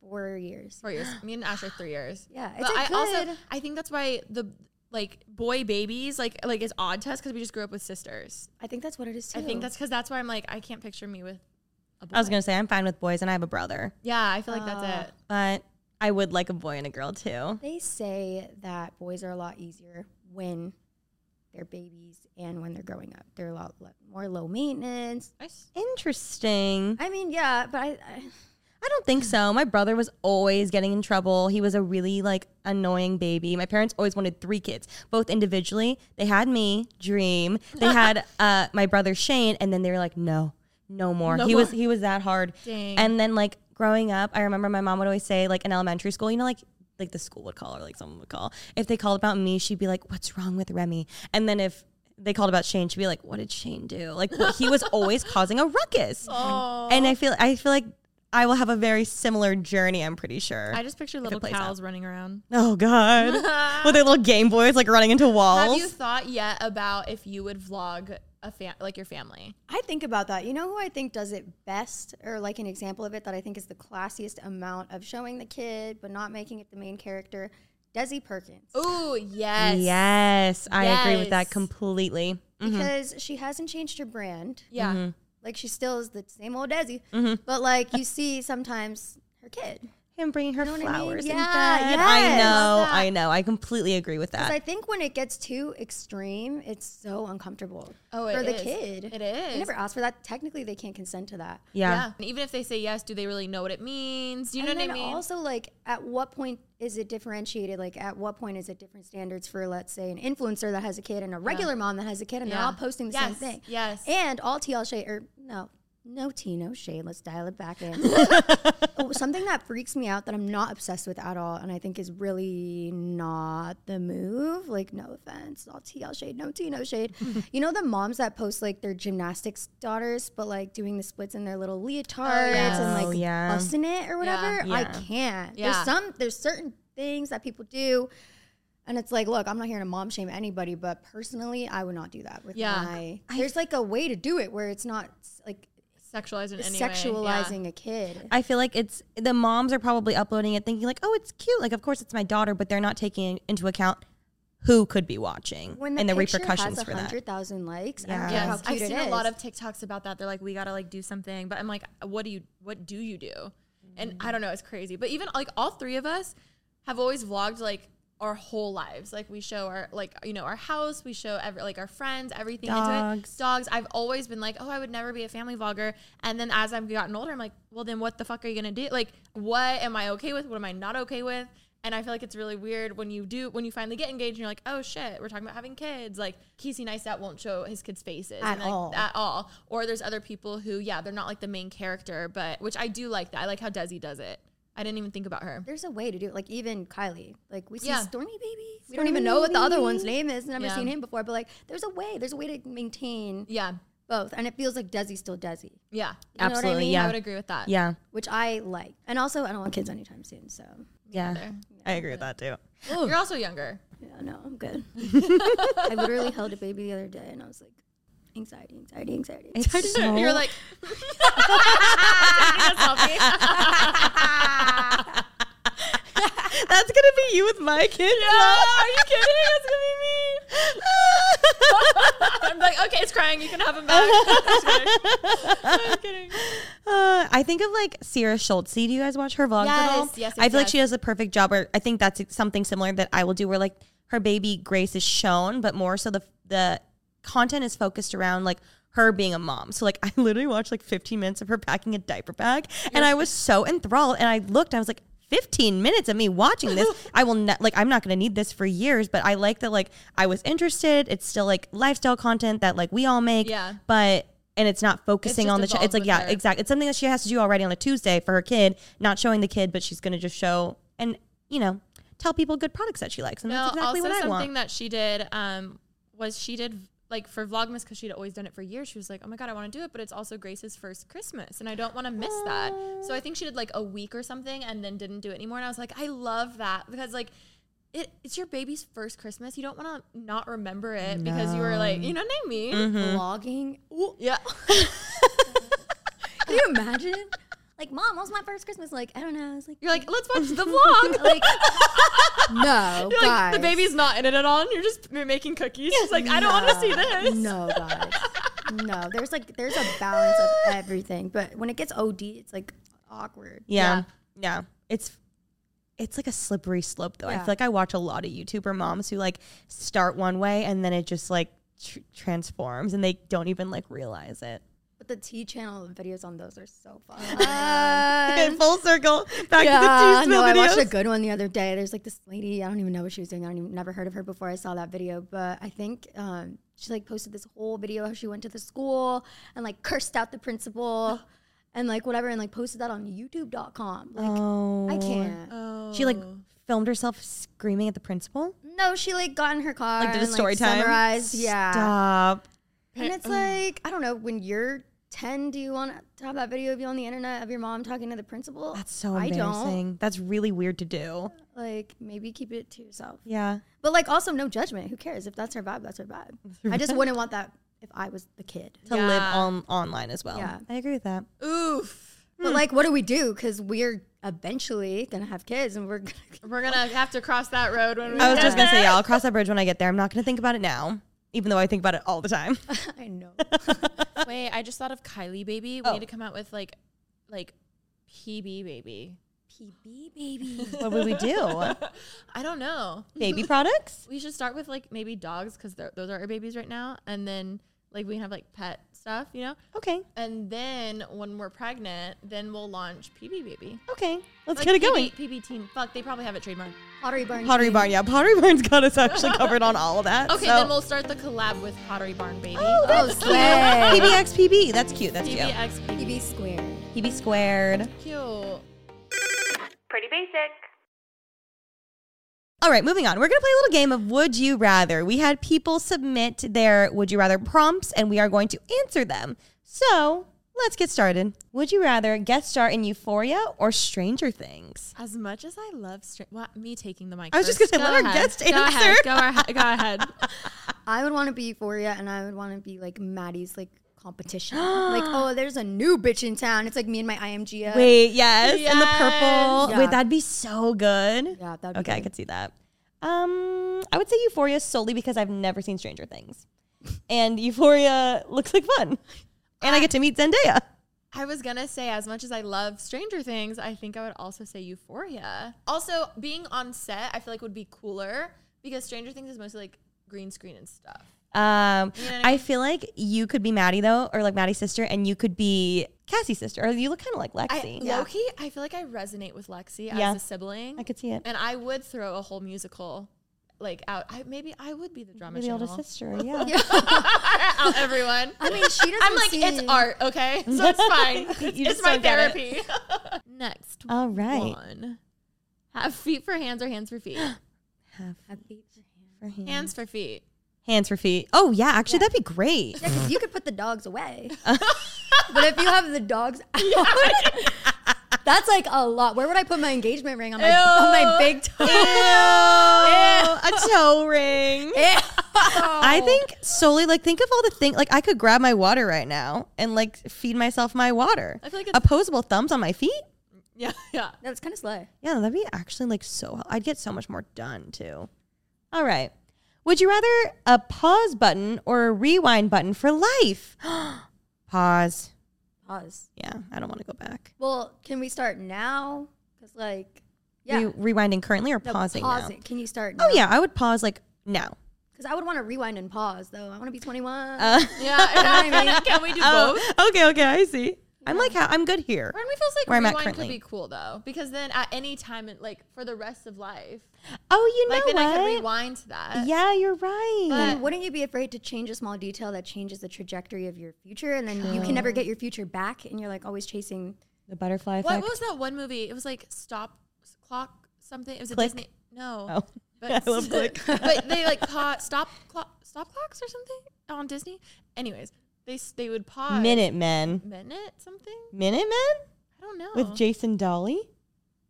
[SPEAKER 3] Four years.
[SPEAKER 1] Four years. Me and Ash are three years.
[SPEAKER 3] Yeah, it's
[SPEAKER 1] But
[SPEAKER 3] a
[SPEAKER 1] I also
[SPEAKER 3] good-
[SPEAKER 1] I think that's why the like boy babies like like is odd to us because we just grew up with sisters.
[SPEAKER 3] I think that's what it is too.
[SPEAKER 1] I think that's because that's why I'm like I can't picture me with a boy.
[SPEAKER 2] I was gonna say I'm fine with boys, and I have a brother,
[SPEAKER 1] Yeah, I feel like that's it.
[SPEAKER 2] but I would like a boy and a girl too.
[SPEAKER 3] They say that boys are a lot easier when they're babies and when they're growing up. They're a lot lo- more low maintenance.
[SPEAKER 1] Nice.
[SPEAKER 2] Interesting.
[SPEAKER 3] I mean, yeah, but I, I
[SPEAKER 2] I don't think so. My brother was always getting in trouble. He was a really like annoying baby. My parents always wanted three kids, both individually. They had me, Dream. They had uh, my brother Shane, and then they were like, no, no more. he was he was that hard.
[SPEAKER 1] Dang.
[SPEAKER 2] And then like growing up, I remember my mom would always say like in elementary school, you know, like like the school would call or like someone would call. If they called about me, she'd be like, "What's wrong with Remy?" And then if they called about Shane, she'd be like, "What did Shane do?" Like what, he was always causing a ruckus.
[SPEAKER 3] Oh.
[SPEAKER 2] And I feel I feel like I will have a very similar journey. I'm pretty sure.
[SPEAKER 1] I just picture little
[SPEAKER 2] plays
[SPEAKER 1] cows running around.
[SPEAKER 2] oh god, with their little Game Boys like running into walls.
[SPEAKER 1] Have you thought yet about if you would vlog a fam- like your family?
[SPEAKER 3] I think about that. You know who I think does it best, or like an example of it that I think is the classiest amount of showing the kid but not making it the main character? Desi Perkins.
[SPEAKER 1] Ooh, yes.
[SPEAKER 2] yes, I agree with that
[SPEAKER 1] Yes.
[SPEAKER 2] completely.
[SPEAKER 3] Because she hasn't changed her brand.
[SPEAKER 1] Mm-hmm. Yeah.
[SPEAKER 2] Mm-hmm.
[SPEAKER 1] Mm-hmm.
[SPEAKER 3] Like she still is the same old Desi, but like you see sometimes her kid.
[SPEAKER 2] Him bringing her
[SPEAKER 3] what I mean?
[SPEAKER 2] flowers. in
[SPEAKER 3] Yeah,
[SPEAKER 2] bed.
[SPEAKER 3] yes.
[SPEAKER 2] I know,
[SPEAKER 3] Love that.
[SPEAKER 2] I know. I completely agree with that.
[SPEAKER 3] Because I think when it gets too extreme, it's so uncomfortable
[SPEAKER 1] Oh, it
[SPEAKER 3] for the
[SPEAKER 1] is.
[SPEAKER 3] kid.
[SPEAKER 1] It
[SPEAKER 3] They
[SPEAKER 1] is.
[SPEAKER 3] never asked for that. Technically, they can't consent to that.
[SPEAKER 2] yeah.
[SPEAKER 1] And even if they say yes, do they really know what it means? Do you know
[SPEAKER 3] and
[SPEAKER 1] what I
[SPEAKER 3] then
[SPEAKER 1] mean?
[SPEAKER 3] also, like, at what point is it differentiated? Like, at what point is it different standards for, let's say, an influencer that has a kid and a regular mom that has a kid, and
[SPEAKER 1] Yeah.
[SPEAKER 3] they're all posting the same
[SPEAKER 1] Yes,
[SPEAKER 3] thing?
[SPEAKER 1] yes.
[SPEAKER 3] And all TL shade, or no, no tea, no shade. Let's dial it back in. Oh, Something that freaks me out that I'm not obsessed with at all, and I think is really not the move. Like, no offense, all TL shade, no tea, no shade. you know the moms that post like their gymnastics daughters, but like doing the splits in their little leotards and
[SPEAKER 2] Oh,
[SPEAKER 3] like
[SPEAKER 2] yeah.
[SPEAKER 3] busting it or whatever. I
[SPEAKER 2] Yeah.
[SPEAKER 3] can't.
[SPEAKER 1] Yeah.
[SPEAKER 3] There's some. There's certain things that people do. And it's like, look, I'm not here to mom shame anybody, but personally, I would not do that with
[SPEAKER 1] Yeah.
[SPEAKER 3] my. There's like a way to do it where it's not like
[SPEAKER 1] Sexualizing in any way.
[SPEAKER 3] sexualizing a kid.
[SPEAKER 2] I feel like it's the moms are probably uploading it thinking like, oh, it's cute. Like, of course, it's my daughter, but they're not taking into account who could be watching and the
[SPEAKER 3] picture
[SPEAKER 2] repercussions
[SPEAKER 3] has
[SPEAKER 2] for that.
[SPEAKER 3] 100,000 likes. I
[SPEAKER 2] Yeah.
[SPEAKER 3] don't care
[SPEAKER 1] Yeah.
[SPEAKER 3] how
[SPEAKER 1] Yes. I've
[SPEAKER 3] cute it
[SPEAKER 1] seen a lot
[SPEAKER 3] is.
[SPEAKER 1] of TikToks about that. They're like, we gotta like do something. But I'm like, what do you what do you do? And I don't know, it's crazy. But even like all three of us have always vlogged like our whole lives. Like we show our like you know, our house, we show every like our friends, everything into
[SPEAKER 2] Dogs.
[SPEAKER 1] it. Dogs. I've always been like, Oh, I would never be a family vlogger. And then as I've gotten older, I'm like, Well then what the fuck are you gonna do? Like, what am I okay with? What am I not okay with? And I feel like it's really weird when you do when you finally get engaged and you're like, oh shit, we're talking about having kids. Like Casey Neistat won't show his kids' faces
[SPEAKER 3] At
[SPEAKER 1] and, like,
[SPEAKER 3] all.
[SPEAKER 1] at all. Or there's other people who, yeah, they're not like the main character, but which I do like that. I like how Desi does it. I didn't even think about her.
[SPEAKER 3] There's a way to do it. Like even Kylie, like we see
[SPEAKER 1] Yeah.
[SPEAKER 3] Stormy Baby. We don't even know what the other one's name is. Never
[SPEAKER 1] Yeah.
[SPEAKER 3] seen him before, but like there's a way. There's a way to maintain
[SPEAKER 1] Yeah.
[SPEAKER 3] both, and it feels like Desi still Desi,
[SPEAKER 1] Yeah.
[SPEAKER 3] know what I
[SPEAKER 2] Absolutely.
[SPEAKER 3] mean?
[SPEAKER 2] Yeah.
[SPEAKER 1] I would agree with that.
[SPEAKER 2] Yeah.
[SPEAKER 3] which I like. And also, I don't want kids anytime soon, so
[SPEAKER 2] Yeah. I agree with that too.
[SPEAKER 1] You're also younger.
[SPEAKER 3] yeah, no, I'm good. I literally held a baby the other day, and I was like, anxiety, anxiety, anxiety.
[SPEAKER 2] It's so,
[SPEAKER 1] You're like,
[SPEAKER 2] that's gonna be you with my kid.
[SPEAKER 1] are you kidding? That's gonna be me. I'm like, okay, it's crying. You can have him back. Just kidding. I'm kidding.
[SPEAKER 2] Uh, I think of like Sierra Schultz. Do you guys watch her vlogs at all?
[SPEAKER 1] Yes, yes,
[SPEAKER 2] I feel
[SPEAKER 1] yes,
[SPEAKER 2] like
[SPEAKER 1] yes.
[SPEAKER 2] she does a perfect job. Or I think that's something similar that I will do, where like her baby Grace is shown, but more so the the content is focused around like her being a mom. So like I literally watched like 15 minutes of her packing a diaper bag, and I was so enthralled. And I looked, I was like. 15 minutes of me watching this. I will not like I'm not going to need this for years, but I like that like I was interested. It's still like lifestyle content that like we all make.
[SPEAKER 1] Yeah.
[SPEAKER 2] But and it's not focusing
[SPEAKER 1] just
[SPEAKER 2] on the child.
[SPEAKER 1] evolved
[SPEAKER 2] It's like
[SPEAKER 1] with
[SPEAKER 2] yeah,
[SPEAKER 1] her.
[SPEAKER 2] exactly exact- It's something that she has to do already on a Tuesday for her kid, not showing the kid, but she's going to just show and, you know, tell people good products that she likes. And
[SPEAKER 1] No,
[SPEAKER 2] that's exactly
[SPEAKER 1] also
[SPEAKER 2] what I
[SPEAKER 1] something
[SPEAKER 2] want.
[SPEAKER 1] that she did um, was she did like for Vlogmas because she'd always done it for years. She was like, "Oh my god, I want to do it," but it's also Grace's first Christmas, and I don't want to miss that. So I think she did like a week or something, and then didn't do it anymore. And I was like, I love that because like. It, it's your baby's first Christmas. You don't want to not remember it because you were like, you know what I mean?
[SPEAKER 3] Vlogging. Ooh,
[SPEAKER 1] Mm-hmm. Yeah.
[SPEAKER 3] Can you imagine? Like, mom, what was my first Christmas? Like, I don't know. I was like,
[SPEAKER 1] You're like, let's watch the vlog.
[SPEAKER 3] like no,
[SPEAKER 1] You're like, the
[SPEAKER 3] guys.
[SPEAKER 1] baby's not in it at all, and you're just m- making cookies. It's like, I don't want to see this.
[SPEAKER 3] No, guys. no, there's like there's a balance of everything, but when it gets OD, it's like awkward.
[SPEAKER 2] yeah. Yeah. It's it's like a slippery slope though. I feel like I watch a lot of YouTuber moms who like start one way and then it just like tr- transforms and they don't even like realize it.
[SPEAKER 3] But the T channel videos on those are so fun.
[SPEAKER 2] Full circle back
[SPEAKER 3] yeah,
[SPEAKER 2] to the two
[SPEAKER 3] no, I watched a
[SPEAKER 2] videos.
[SPEAKER 3] good one the other day. There's like this lady. I don't even know what she was doing. I don't even, never heard of her before I saw that video. But I think um, she like posted this whole video how she went to the school and like cursed out the principal and like whatever and like posted that on YouTube.com. Like
[SPEAKER 2] Oh,
[SPEAKER 3] I can't.
[SPEAKER 2] She like
[SPEAKER 3] Oh.
[SPEAKER 2] filmed herself screaming at the principal.
[SPEAKER 3] No, she like got in her car.
[SPEAKER 2] did a
[SPEAKER 3] and,
[SPEAKER 2] story time?
[SPEAKER 3] Summarized. Yeah.
[SPEAKER 2] Stop. Mm.
[SPEAKER 3] And it's like, I don't know, when you're 10, do you want to have that video of you on the internet of your mom talking to the principal?
[SPEAKER 2] That's so
[SPEAKER 3] I don't.
[SPEAKER 2] embarrassing. That's really weird to do.
[SPEAKER 3] Like, maybe keep it to yourself.
[SPEAKER 2] Yeah.
[SPEAKER 3] But, like, also, no judgment. Who cares? If that's her vibe, that's her vibe. I just wouldn't want that if I was the kid.
[SPEAKER 2] To live on online as well.
[SPEAKER 3] Yeah.
[SPEAKER 2] I agree with that.
[SPEAKER 1] Oof.
[SPEAKER 3] But, like, what do we do? Because we're eventually going to have kids and we're going to.
[SPEAKER 1] We're gonna have to cross that road when we.
[SPEAKER 2] I was
[SPEAKER 1] get
[SPEAKER 2] just gonna
[SPEAKER 1] there.
[SPEAKER 2] say, yeah, I'll cross that bridge when I get there. I'm not gonna think about it now, even though I think about it all the time.
[SPEAKER 3] I know.
[SPEAKER 1] Wait, I just thought of Kylie Baby. We
[SPEAKER 2] Oh.
[SPEAKER 1] need to come out with like, like, PB Baby.
[SPEAKER 3] PB baby.
[SPEAKER 2] what would we do?
[SPEAKER 1] I don't know.
[SPEAKER 2] Baby products?
[SPEAKER 1] We should start with like maybe dogs because those are our babies right now, and then like we can have like pet stuff, you know.
[SPEAKER 2] Okay.
[SPEAKER 1] And then when we're pregnant, then we'll launch PB Baby.
[SPEAKER 2] Okay. Let's
[SPEAKER 1] Like,
[SPEAKER 2] get it
[SPEAKER 1] PB
[SPEAKER 2] going.
[SPEAKER 1] PB Teen. Fuck, they probably have it trademarked.
[SPEAKER 3] Pottery barn.
[SPEAKER 2] Pottery
[SPEAKER 3] Teen.
[SPEAKER 2] Barn, yeah. Pottery Barn's got us actually covered on all of that.
[SPEAKER 1] Okay,
[SPEAKER 2] so-
[SPEAKER 1] then we'll start the collab with Pottery Barn Baby. Uh,
[SPEAKER 2] Oh,
[SPEAKER 3] Oh,
[SPEAKER 2] that's
[SPEAKER 3] slay.
[SPEAKER 2] cute. PBX PB. That's cute. That's cute.
[SPEAKER 1] PBX.
[SPEAKER 3] PB square.
[SPEAKER 2] PB squared.
[SPEAKER 1] Cute.
[SPEAKER 4] Pretty basic.
[SPEAKER 2] All right, moving on. We're going to play a little game of Would You Rather. We had people submit their Would You Rather prompts, and we are going to answer them. So let's get started. Would you rather guest star in Euphoria or Stranger Things?
[SPEAKER 1] As much as I love stra- what, me taking the mic,
[SPEAKER 2] I was just
[SPEAKER 1] first.
[SPEAKER 2] gonna
[SPEAKER 1] Go
[SPEAKER 2] let our
[SPEAKER 1] ahead.
[SPEAKER 2] guest
[SPEAKER 1] go Ahead,
[SPEAKER 2] answer.
[SPEAKER 1] go, ar- go ahead.
[SPEAKER 3] I would want to be Euphoria, and I would want to be like Maddie's like competition. like, oh, there's a new bitch in town. It's like me and my IMG.
[SPEAKER 2] Wait, yes, in the
[SPEAKER 1] Yes.
[SPEAKER 2] purple.
[SPEAKER 3] Uh, Yeah.
[SPEAKER 2] Wait, that'd be so good.
[SPEAKER 3] Yeah, that'd be
[SPEAKER 2] okay, I
[SPEAKER 3] good.
[SPEAKER 2] could see that. Um, I would say Euphoria solely because I've never seen Stranger Things, and Euphoria looks like fun,
[SPEAKER 3] Uh,
[SPEAKER 2] and I get to meet Zendaya.
[SPEAKER 1] I was gonna say, as much as I love Stranger Things, I think I would also say Euphoria. Also, being on set, I feel like would be cooler because Stranger Things is mostly like green screen and stuff.
[SPEAKER 2] Um,
[SPEAKER 1] You know what I
[SPEAKER 2] I, feel like you could be Maddie though, or like Maddie's sister, and you could be Cassie's sister, or you look kind of like
[SPEAKER 1] I,
[SPEAKER 2] Lexi.
[SPEAKER 1] Loki, I feel like I resonate with Lexi
[SPEAKER 2] Yeah.
[SPEAKER 1] as a sibling.
[SPEAKER 2] I could see it.
[SPEAKER 1] and I would throw a whole musical like out. I, maybe I would be the drama
[SPEAKER 2] You're the
[SPEAKER 1] channel.
[SPEAKER 2] older sister, yeah.
[SPEAKER 1] out everyone.
[SPEAKER 3] I mean, she doesn't.
[SPEAKER 1] I'm like, it's
[SPEAKER 3] seem-
[SPEAKER 1] art, okay? So it's fine. It's,
[SPEAKER 2] You
[SPEAKER 1] it's
[SPEAKER 2] just
[SPEAKER 1] my
[SPEAKER 2] don't get
[SPEAKER 1] therapy. Next.
[SPEAKER 2] All right.
[SPEAKER 1] One. Have feet for hands or hands for feet?
[SPEAKER 2] Have
[SPEAKER 3] Happy for him.
[SPEAKER 2] for hands.
[SPEAKER 1] hands for feet.
[SPEAKER 2] Hands for feet. Oh yeah, actually that'd be great.
[SPEAKER 3] Yeah, 'cause you could put the dogs away. but if you have the dogs out, that's like a lot. Where would I put my engagement ring on my, on my big toe?
[SPEAKER 2] Ew, a toe ring. I think solely like think of all the things like I could grab my water right now and like feed myself my water.
[SPEAKER 1] I feel like it's-
[SPEAKER 2] opposable thumbs on my feet.
[SPEAKER 1] Yeah, yeah.
[SPEAKER 3] That's kind of slow.
[SPEAKER 2] Yeah, that'd be actually like so. I'd get so much more done too. All right. Would you rather a pause button or a rewind button for life? pause.
[SPEAKER 3] Pause.
[SPEAKER 2] Yeah, I don't want to go back.
[SPEAKER 3] Well, can we start now? Because like,
[SPEAKER 2] Are
[SPEAKER 3] yeah,
[SPEAKER 2] you rewinding currently or
[SPEAKER 3] No,
[SPEAKER 2] pausing? now?
[SPEAKER 3] pause it. Can you start?
[SPEAKER 2] Oh yeah, I would pause like now.
[SPEAKER 3] Because I would want to rewind and pause though. I want to be 21.
[SPEAKER 2] Uh,
[SPEAKER 1] Yeah, can we do both?
[SPEAKER 2] Oh, okay, okay, I see. I'm like, how, I'm good here.
[SPEAKER 1] Part of me feels like
[SPEAKER 2] Where I'm at
[SPEAKER 1] rewind could
[SPEAKER 2] currently.
[SPEAKER 1] be cool though, because then at any time, it, like for the rest of life,
[SPEAKER 2] Oh, you know
[SPEAKER 1] like then I could
[SPEAKER 2] what?
[SPEAKER 1] rewind to that.
[SPEAKER 2] yeah, you're right.
[SPEAKER 3] Then wouldn't you be afraid to change a small detail that changes the trajectory of your future, and then you can never get your future back, and you're like always chasing?
[SPEAKER 2] the butterfly
[SPEAKER 1] What,
[SPEAKER 2] effect.
[SPEAKER 1] what was that one movie? It was like Stop Clock something. It was
[SPEAKER 2] Click?
[SPEAKER 1] a Disney. No.
[SPEAKER 2] Oh.
[SPEAKER 1] But,
[SPEAKER 2] I love Click.
[SPEAKER 1] but they like caught stop clock, stop clocks or something on Disney. Anyways, they s- they would pause
[SPEAKER 2] Minutemen.
[SPEAKER 1] minute something.
[SPEAKER 2] Minutemen
[SPEAKER 1] I don't know.
[SPEAKER 2] with Jason Dolly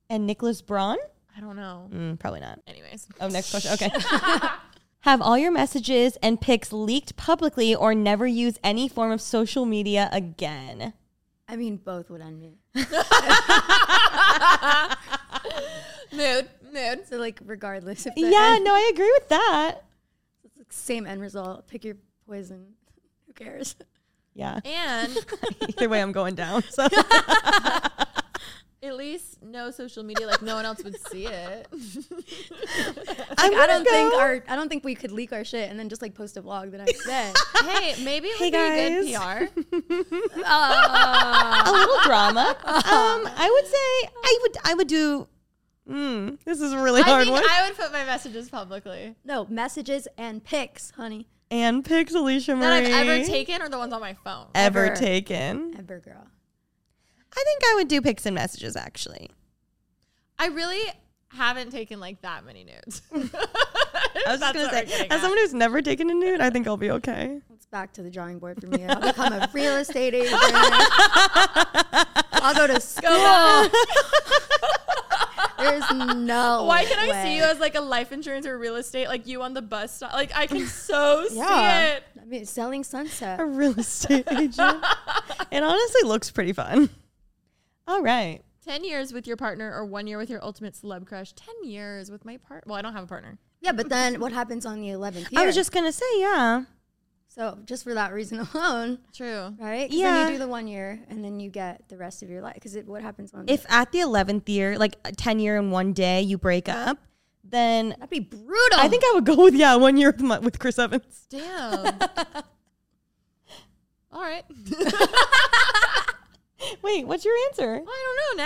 [SPEAKER 2] and Nicholas Braun.
[SPEAKER 1] I don't know.
[SPEAKER 2] Mm, probably not.
[SPEAKER 1] Anyways,
[SPEAKER 2] Oh, next question. Okay. Have all your messages and pics leaked publicly or never use any form of social media again.
[SPEAKER 3] I mean, both would end me.
[SPEAKER 1] mood mood.
[SPEAKER 3] So like, regardless if the
[SPEAKER 2] Yeah,
[SPEAKER 3] end-
[SPEAKER 2] no, I agree with that.
[SPEAKER 3] same end result, pick your poison. Who cares?
[SPEAKER 2] Yeah.
[SPEAKER 1] And
[SPEAKER 2] Either way, I'm going down. So
[SPEAKER 1] at least no social media. Like no one else would see it.
[SPEAKER 2] I'm
[SPEAKER 3] I don't
[SPEAKER 2] gonna
[SPEAKER 3] think
[SPEAKER 2] go-
[SPEAKER 3] our I don't think we could leak our shit and then just like post a vlog the next day.
[SPEAKER 1] Hey, maybe it
[SPEAKER 2] Hey,
[SPEAKER 1] would be
[SPEAKER 2] guys.
[SPEAKER 1] good Uh, PR.
[SPEAKER 2] a little drama. Um, I would say I would I would do. Mm, this is a really
[SPEAKER 1] I
[SPEAKER 2] hard
[SPEAKER 1] think
[SPEAKER 2] one.
[SPEAKER 1] I would put my messages publicly
[SPEAKER 3] no messages and pics, honey.
[SPEAKER 2] and pics Alicia Marie
[SPEAKER 1] that I've ever taken or the ones on my phone.
[SPEAKER 2] ever
[SPEAKER 3] Ever.
[SPEAKER 2] taken.
[SPEAKER 3] Ever girl.
[SPEAKER 2] I think I would do pics and messages actually.
[SPEAKER 1] I really haven't taken like that many nudes.
[SPEAKER 2] I was just
[SPEAKER 1] That's
[SPEAKER 2] gonna
[SPEAKER 1] what
[SPEAKER 2] say,
[SPEAKER 1] we're getting
[SPEAKER 2] as
[SPEAKER 1] at.
[SPEAKER 2] someone who's never taken a nude, I think I'll be okay.
[SPEAKER 3] It's back to the drawing board for me. I'll become a real estate agent. I'll go to school. There's no.
[SPEAKER 1] Why can I
[SPEAKER 3] way.
[SPEAKER 1] see you as like a life insurance or real estate? Like you on the bus stop. Like I can so see
[SPEAKER 2] Yeah.
[SPEAKER 1] it.
[SPEAKER 3] I mean, selling sunset.
[SPEAKER 2] A real estate agent. it honestly looks pretty fun. All right.
[SPEAKER 1] Ten years with your partner or one year with your ultimate celeb crush. Ten years with my partner. Well, I don't have a partner.
[SPEAKER 3] Yeah, but then what happens on the 11th year?
[SPEAKER 2] I was just gonna say, yeah.
[SPEAKER 3] so just for that reason alone,
[SPEAKER 1] True.
[SPEAKER 3] right? 'Cause Then
[SPEAKER 2] Yeah.
[SPEAKER 3] you do the one year, and then you get the rest of your life. Because what happens on
[SPEAKER 2] If at the eleventh year, like a ten year and one day, you break up, then
[SPEAKER 3] that'd be brutal.
[SPEAKER 2] I think I would go with yeah, one year with, my, with Chris Evans.
[SPEAKER 1] Damn. All right.
[SPEAKER 2] Wait, what's your answer?
[SPEAKER 1] I don't know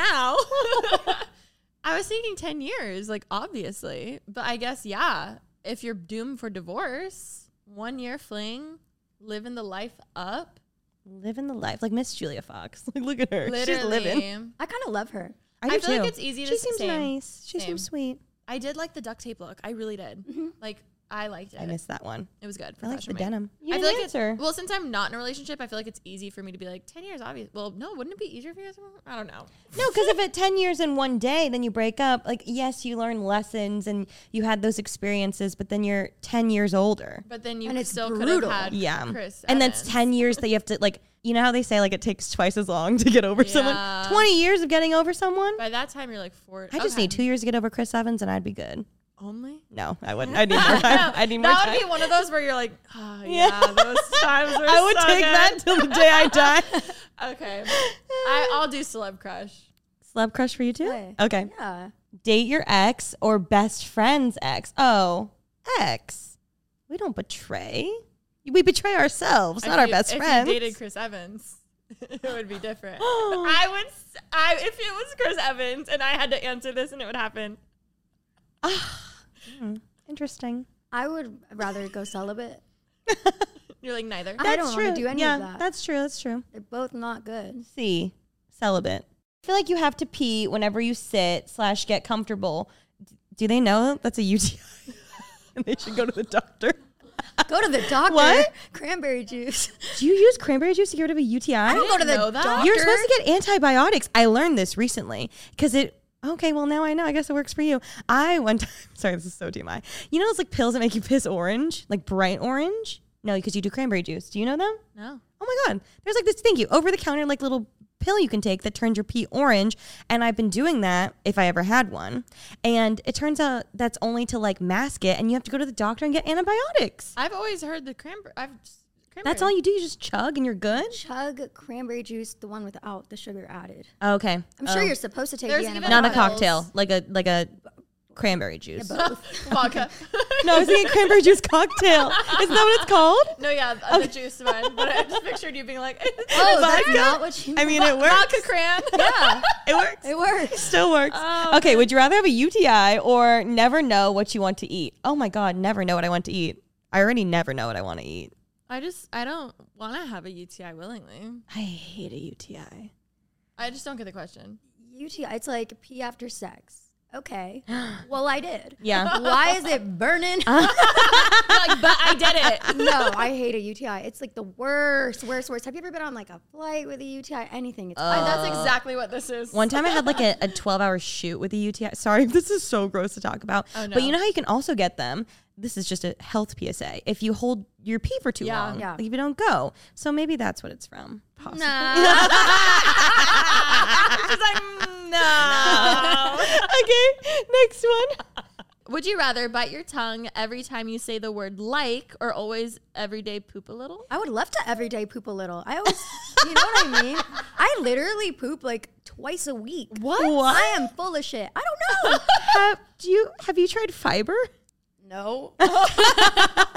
[SPEAKER 1] now. I was thinking 10 years, like obviously, but I guess, yeah, if you're doomed for divorce, one year fling, living the life up.
[SPEAKER 2] Living the life, like Miss Julia Fox. Like, look at her,
[SPEAKER 1] Literally.
[SPEAKER 2] she's living.
[SPEAKER 3] I kind of love her.
[SPEAKER 1] I feel like it's easy to
[SPEAKER 2] She seems
[SPEAKER 1] same.
[SPEAKER 2] nice. She
[SPEAKER 1] Same.
[SPEAKER 2] seems sweet.
[SPEAKER 1] I did like the duct tape look. I really did. Like, I liked it.
[SPEAKER 2] Mm-hmm. I missed that one.
[SPEAKER 1] it was good.
[SPEAKER 2] I like the
[SPEAKER 1] Professional made.
[SPEAKER 2] denim. You
[SPEAKER 1] I
[SPEAKER 2] didn't
[SPEAKER 1] feel like
[SPEAKER 2] answer.
[SPEAKER 1] It, well, since I'm not in a relationship, I feel like it's easy for me to be like ten years. Obvious. Well, no, wouldn't it be easier for you? guys? I don't know.
[SPEAKER 2] no, because if at ten years and one day, then you break up. Like, yes, you learn lessons and you had those experiences, but then you're ten years older.
[SPEAKER 1] But then you
[SPEAKER 3] And it's
[SPEAKER 1] still could have
[SPEAKER 3] brutal.
[SPEAKER 1] had
[SPEAKER 2] Yeah,
[SPEAKER 1] Chris.
[SPEAKER 2] and
[SPEAKER 1] Evans.
[SPEAKER 2] that's ten years that you have to like. You know how they say like it takes twice as long to get over someone.
[SPEAKER 1] Yeah.
[SPEAKER 2] Twenty years of getting over someone.
[SPEAKER 1] By that time, you're like four.
[SPEAKER 2] I just
[SPEAKER 1] okay.
[SPEAKER 2] need two years to get over Chris Evans, and I'd be good.
[SPEAKER 1] only.
[SPEAKER 2] No, I wouldn't. I need more time. I need more
[SPEAKER 1] that
[SPEAKER 2] time.
[SPEAKER 1] would be one of those where you're like, oh,
[SPEAKER 2] Yeah.
[SPEAKER 1] yeah, those times were
[SPEAKER 2] I would
[SPEAKER 1] so
[SPEAKER 2] take
[SPEAKER 1] good."
[SPEAKER 2] that till the day I die.
[SPEAKER 1] Okay. I, I'll do celeb crush.
[SPEAKER 2] Celeb crush for you too?
[SPEAKER 3] Yeah.
[SPEAKER 2] Okay.
[SPEAKER 3] Yeah.
[SPEAKER 2] Date your ex or best friend's ex. Oh, ex. We don't betray. We betray ourselves,
[SPEAKER 1] If
[SPEAKER 2] not our
[SPEAKER 1] you-
[SPEAKER 2] best
[SPEAKER 1] if
[SPEAKER 2] friends.
[SPEAKER 1] you dated Chris Evans, it would be different. I would, s- I, if it was Chris Evans and I had to answer this and it would happen.
[SPEAKER 2] Interesting.
[SPEAKER 3] I would rather go celibate.
[SPEAKER 1] You're like, neither.
[SPEAKER 3] I don't want to do any
[SPEAKER 2] yeah,
[SPEAKER 3] of that.
[SPEAKER 2] that's true. That's true.
[SPEAKER 3] They're both not good.
[SPEAKER 2] C. Celibate. I feel like you have to pee whenever you sit slash get comfortable. D- Do they know that's a UTI? and they should go to the doctor.
[SPEAKER 3] Go to the doctor.
[SPEAKER 2] What?
[SPEAKER 3] Cranberry juice.
[SPEAKER 2] Do you use cranberry juice to get rid of a UTI? I
[SPEAKER 3] don't go to the
[SPEAKER 1] know that.
[SPEAKER 3] doctor.
[SPEAKER 2] You're supposed to get antibiotics. I learned this recently because it. Okay, well now I know. I guess it works for you. I one time. Sorry, this is so TMI. You know those like pills that make you piss orange, like bright orange. No, because you do cranberry juice. Do you know them?
[SPEAKER 1] No.
[SPEAKER 2] Oh my god, there's like this. Thank you. Over the counter, like little pill you can take that turns your pee orange. And I've been doing that if I ever had one. And it turns out that's only to like mask it, and you have to go to the doctor and get antibiotics.
[SPEAKER 1] I've always heard the cranberry. I've cranberry.
[SPEAKER 2] That's all you do. You just chug and you're good.
[SPEAKER 3] chug cranberry juice, the one without the sugar added.
[SPEAKER 2] Okay.
[SPEAKER 3] I'm sure you're supposed to take
[SPEAKER 1] There's
[SPEAKER 3] the
[SPEAKER 1] even
[SPEAKER 2] not a
[SPEAKER 3] antibiotic.
[SPEAKER 1] bottles.
[SPEAKER 2] cocktail, like a like a cranberry juice.
[SPEAKER 3] Oh,
[SPEAKER 1] vodka.
[SPEAKER 2] no, I was thinking cranberry juice cocktail. Isn't that what it's called?
[SPEAKER 1] no, yeah, the juice one. But I just pictured you being like,
[SPEAKER 3] Oh,
[SPEAKER 1] vodka
[SPEAKER 3] that's not what you
[SPEAKER 2] I mean, it works.
[SPEAKER 1] cran.
[SPEAKER 3] Yeah,
[SPEAKER 2] It works. Oh.
[SPEAKER 3] it works.
[SPEAKER 2] Still works. okay, would you rather have a UTI or never know what you want to eat? Oh my god, never know what I want to eat. I already never know what I want to eat.
[SPEAKER 1] I just I don't want to have a UTI willingly.
[SPEAKER 2] I hate a UTI.
[SPEAKER 1] I just don't get the question.
[SPEAKER 3] UTI. It's like pee after sex. Okay. Well, I did.
[SPEAKER 2] Yeah.
[SPEAKER 3] Why is it burning?
[SPEAKER 2] Uh.
[SPEAKER 1] like, but I did it.
[SPEAKER 3] no, I hate a UTI. It's like the worst, worst, worst. Have you ever been on like a flight with a UTI? Anything?
[SPEAKER 2] Uh.
[SPEAKER 3] It's
[SPEAKER 1] And that's exactly what this is.
[SPEAKER 2] One time I had like a, a 12 hour shoot with a UTI. Sorry, this is so gross to talk about.
[SPEAKER 1] Oh,
[SPEAKER 2] But you
[SPEAKER 1] no.
[SPEAKER 2] know how you can also get them? This is just a health PSA. If you hold your pee for too
[SPEAKER 1] Yeah.
[SPEAKER 2] long,
[SPEAKER 3] Yeah.
[SPEAKER 2] like if you don't go. So maybe that's what it's from. Possibly.
[SPEAKER 1] She's like, mm, no.
[SPEAKER 2] okay, next one.
[SPEAKER 1] Would you rather bite your tongue every time you say the word like or always every day poop a little?
[SPEAKER 3] I would love to everyday poop a little. I always, you know what I mean? I literally poop like twice a week.
[SPEAKER 2] What? What?
[SPEAKER 3] I am full of shit. I
[SPEAKER 1] Oh,
[SPEAKER 3] don't know.
[SPEAKER 2] Have, do you have you tried fiber?
[SPEAKER 3] No. I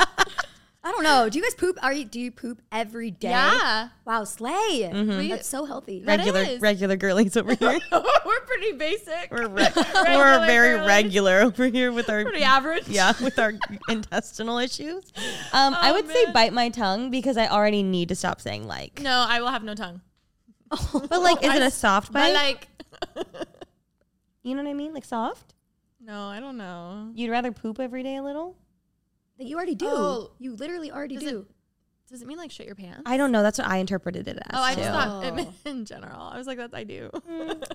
[SPEAKER 3] don't know. Do you guys poop? Are you do you poop every day?
[SPEAKER 1] Yeah. Mm-hmm.
[SPEAKER 3] Wow, slay. That's so healthy.
[SPEAKER 1] That
[SPEAKER 2] regular
[SPEAKER 1] is.
[SPEAKER 2] regular girlies over here.
[SPEAKER 1] We're pretty basic.
[SPEAKER 2] we're, re- we're very
[SPEAKER 1] girlies.
[SPEAKER 2] regular over here with our
[SPEAKER 1] pretty average.
[SPEAKER 2] yeah with our intestinal issues. Um,
[SPEAKER 1] Oh,
[SPEAKER 2] I would say bite my tongue because I already need to stop saying like.
[SPEAKER 1] No, I will have no tongue.
[SPEAKER 2] But like, is it a soft
[SPEAKER 1] But
[SPEAKER 2] bite?
[SPEAKER 1] like,
[SPEAKER 2] you know what I mean? Like soft.
[SPEAKER 1] no, I don't know.
[SPEAKER 2] You'd rather poop every day a little?
[SPEAKER 3] That you already do.
[SPEAKER 1] Oh.
[SPEAKER 3] You literally already
[SPEAKER 1] Does it-
[SPEAKER 3] do.
[SPEAKER 1] Does it mean like shit your pants?
[SPEAKER 2] I don't know. That's what I interpreted it as.
[SPEAKER 1] oh, I just
[SPEAKER 2] too. Mm,
[SPEAKER 1] thought it meant in general. I was like, that's I do.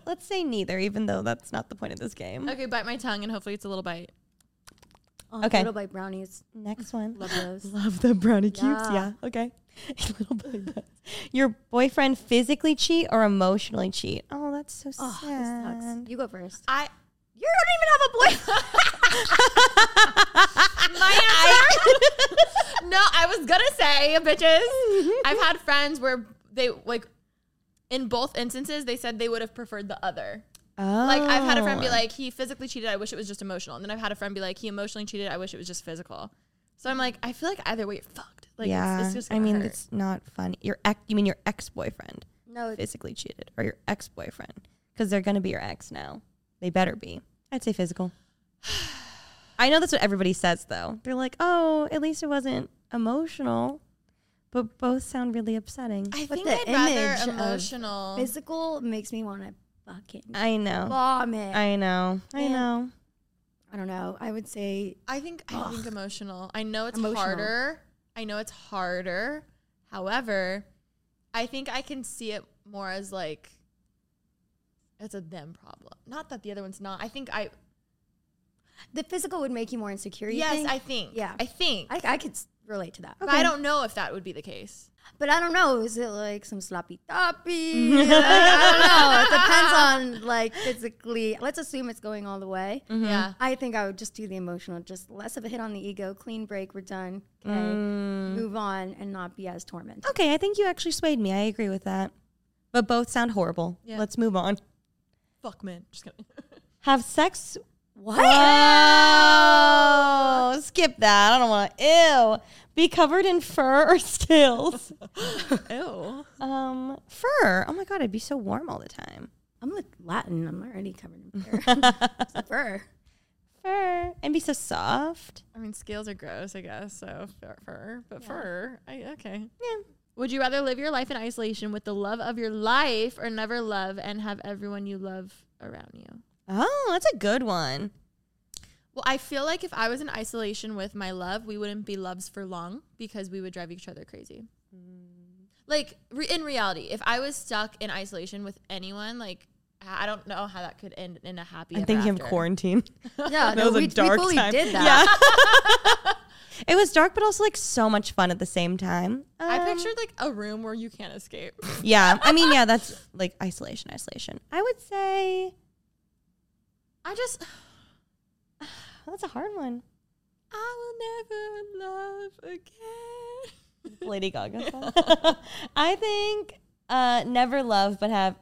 [SPEAKER 2] Let's say neither, even though that's not the point of this game.
[SPEAKER 1] okay, bite my tongue and hopefully it's a little bite.
[SPEAKER 3] Oh,
[SPEAKER 2] Okay.
[SPEAKER 3] Little bite brownies.
[SPEAKER 2] Next one.
[SPEAKER 3] Love those.
[SPEAKER 2] Love the brownie cubes. Yeah.
[SPEAKER 3] Yeah.
[SPEAKER 2] Okay. Little bit like that. Your boyfriend physically cheat or emotionally cheat? Oh, that's so
[SPEAKER 3] Oh, this
[SPEAKER 2] sad.
[SPEAKER 3] sucks. You go first.
[SPEAKER 1] I
[SPEAKER 3] You don't even have a boyfriend.
[SPEAKER 1] my answer. no, I was gonna say, bitches.
[SPEAKER 2] Mm-hmm.
[SPEAKER 1] I've had friends where they like, in both instances, they said they would have preferred the other.
[SPEAKER 2] Oh.
[SPEAKER 1] Like I've had a friend be like, he physically cheated. I wish it was just emotional. And then I've had a friend be like, he emotionally cheated. I wish it was just physical. So I'm like, I feel like either way, you're fucked. Like,
[SPEAKER 2] yeah.
[SPEAKER 1] it's, it's just.
[SPEAKER 2] I mean,
[SPEAKER 1] hurt.
[SPEAKER 2] it's not fun. Your ex, you mean your ex boyfriend
[SPEAKER 3] no, it's
[SPEAKER 2] physically cheated or your ex boyfriend? Because they're going to be your ex now. They better be. I'd say physical. I know that's what everybody says, though. They're like, oh, at least it wasn't emotional. But both sound really upsetting.
[SPEAKER 1] I
[SPEAKER 3] but
[SPEAKER 1] think
[SPEAKER 3] the
[SPEAKER 1] I'd rather
[SPEAKER 3] image of
[SPEAKER 1] emotional.
[SPEAKER 3] physical makes me want to fucking
[SPEAKER 2] I know.
[SPEAKER 3] vomit. I,
[SPEAKER 2] I know. I
[SPEAKER 3] Yeah.
[SPEAKER 2] know.
[SPEAKER 3] don't know. I would say
[SPEAKER 1] I think I think emotional. I know it's
[SPEAKER 3] Emotional.
[SPEAKER 1] harder. I know it's harder. However, I think I can see it more as like it's a them problem. Not that the other one's not. I think I
[SPEAKER 3] the physical would make you more insecure. you
[SPEAKER 1] yes,
[SPEAKER 3] think?
[SPEAKER 1] I think.
[SPEAKER 3] Yeah.
[SPEAKER 1] I think.
[SPEAKER 3] I, I could s- relate to that.
[SPEAKER 1] But I don't know if that would be the case.
[SPEAKER 3] But I don't know. Is it like some sloppy toppy? Like, I don't know. It depends on like physically. Let's assume it's going all the way.
[SPEAKER 2] Mm-hmm.
[SPEAKER 1] Yeah.
[SPEAKER 3] I think I would just do the emotional, just less of a hit on the ego. Clean break. We're done. Okay, move on and not be as tormented.
[SPEAKER 2] Mm. Okay, I think you actually swayed me. I agree with that. But both sound horrible.
[SPEAKER 1] Yeah.
[SPEAKER 2] Let's move on.
[SPEAKER 1] Fuck man. Just kidding.
[SPEAKER 2] Have sex. What? Oh, skip that. I don't want to. Ew. Be covered in fur or scales.
[SPEAKER 1] Ew.
[SPEAKER 2] um, fur. Oh my god, I'd be so warm all the time.
[SPEAKER 3] I'm like Latin. I'm already covered in fur. So fur.
[SPEAKER 2] Fur and be so soft.
[SPEAKER 1] I mean scales are gross, I guess. So fur, fur but fur. I okay. Yeah. Would you rather live your life in isolation with the love of your life or never love and have everyone you love around you?
[SPEAKER 2] Oh, that's a good one.
[SPEAKER 1] Well, I feel like if I was in isolation with my love, we wouldn't be loves for long because we would drive each other crazy. Like re- in reality, if I was stuck in isolation with anyone, like I I don't know how that could end in a happy.
[SPEAKER 2] I'm
[SPEAKER 1] ever
[SPEAKER 2] thinking
[SPEAKER 1] after.
[SPEAKER 2] of quarantine.
[SPEAKER 3] Yeah, no,
[SPEAKER 2] was a
[SPEAKER 3] we,
[SPEAKER 2] dark
[SPEAKER 3] we fully
[SPEAKER 2] time.
[SPEAKER 3] did that.
[SPEAKER 2] it was dark, but also like so much fun at the same time.
[SPEAKER 1] I
[SPEAKER 2] Um,
[SPEAKER 1] pictured like a room where you can't escape.
[SPEAKER 2] Yeah, I mean, yeah, that's like isolation, isolation. I would say
[SPEAKER 1] I just
[SPEAKER 2] well, that's a hard one.
[SPEAKER 1] I will never love again.
[SPEAKER 2] Lady Gaga. song. I think uh, never love, but have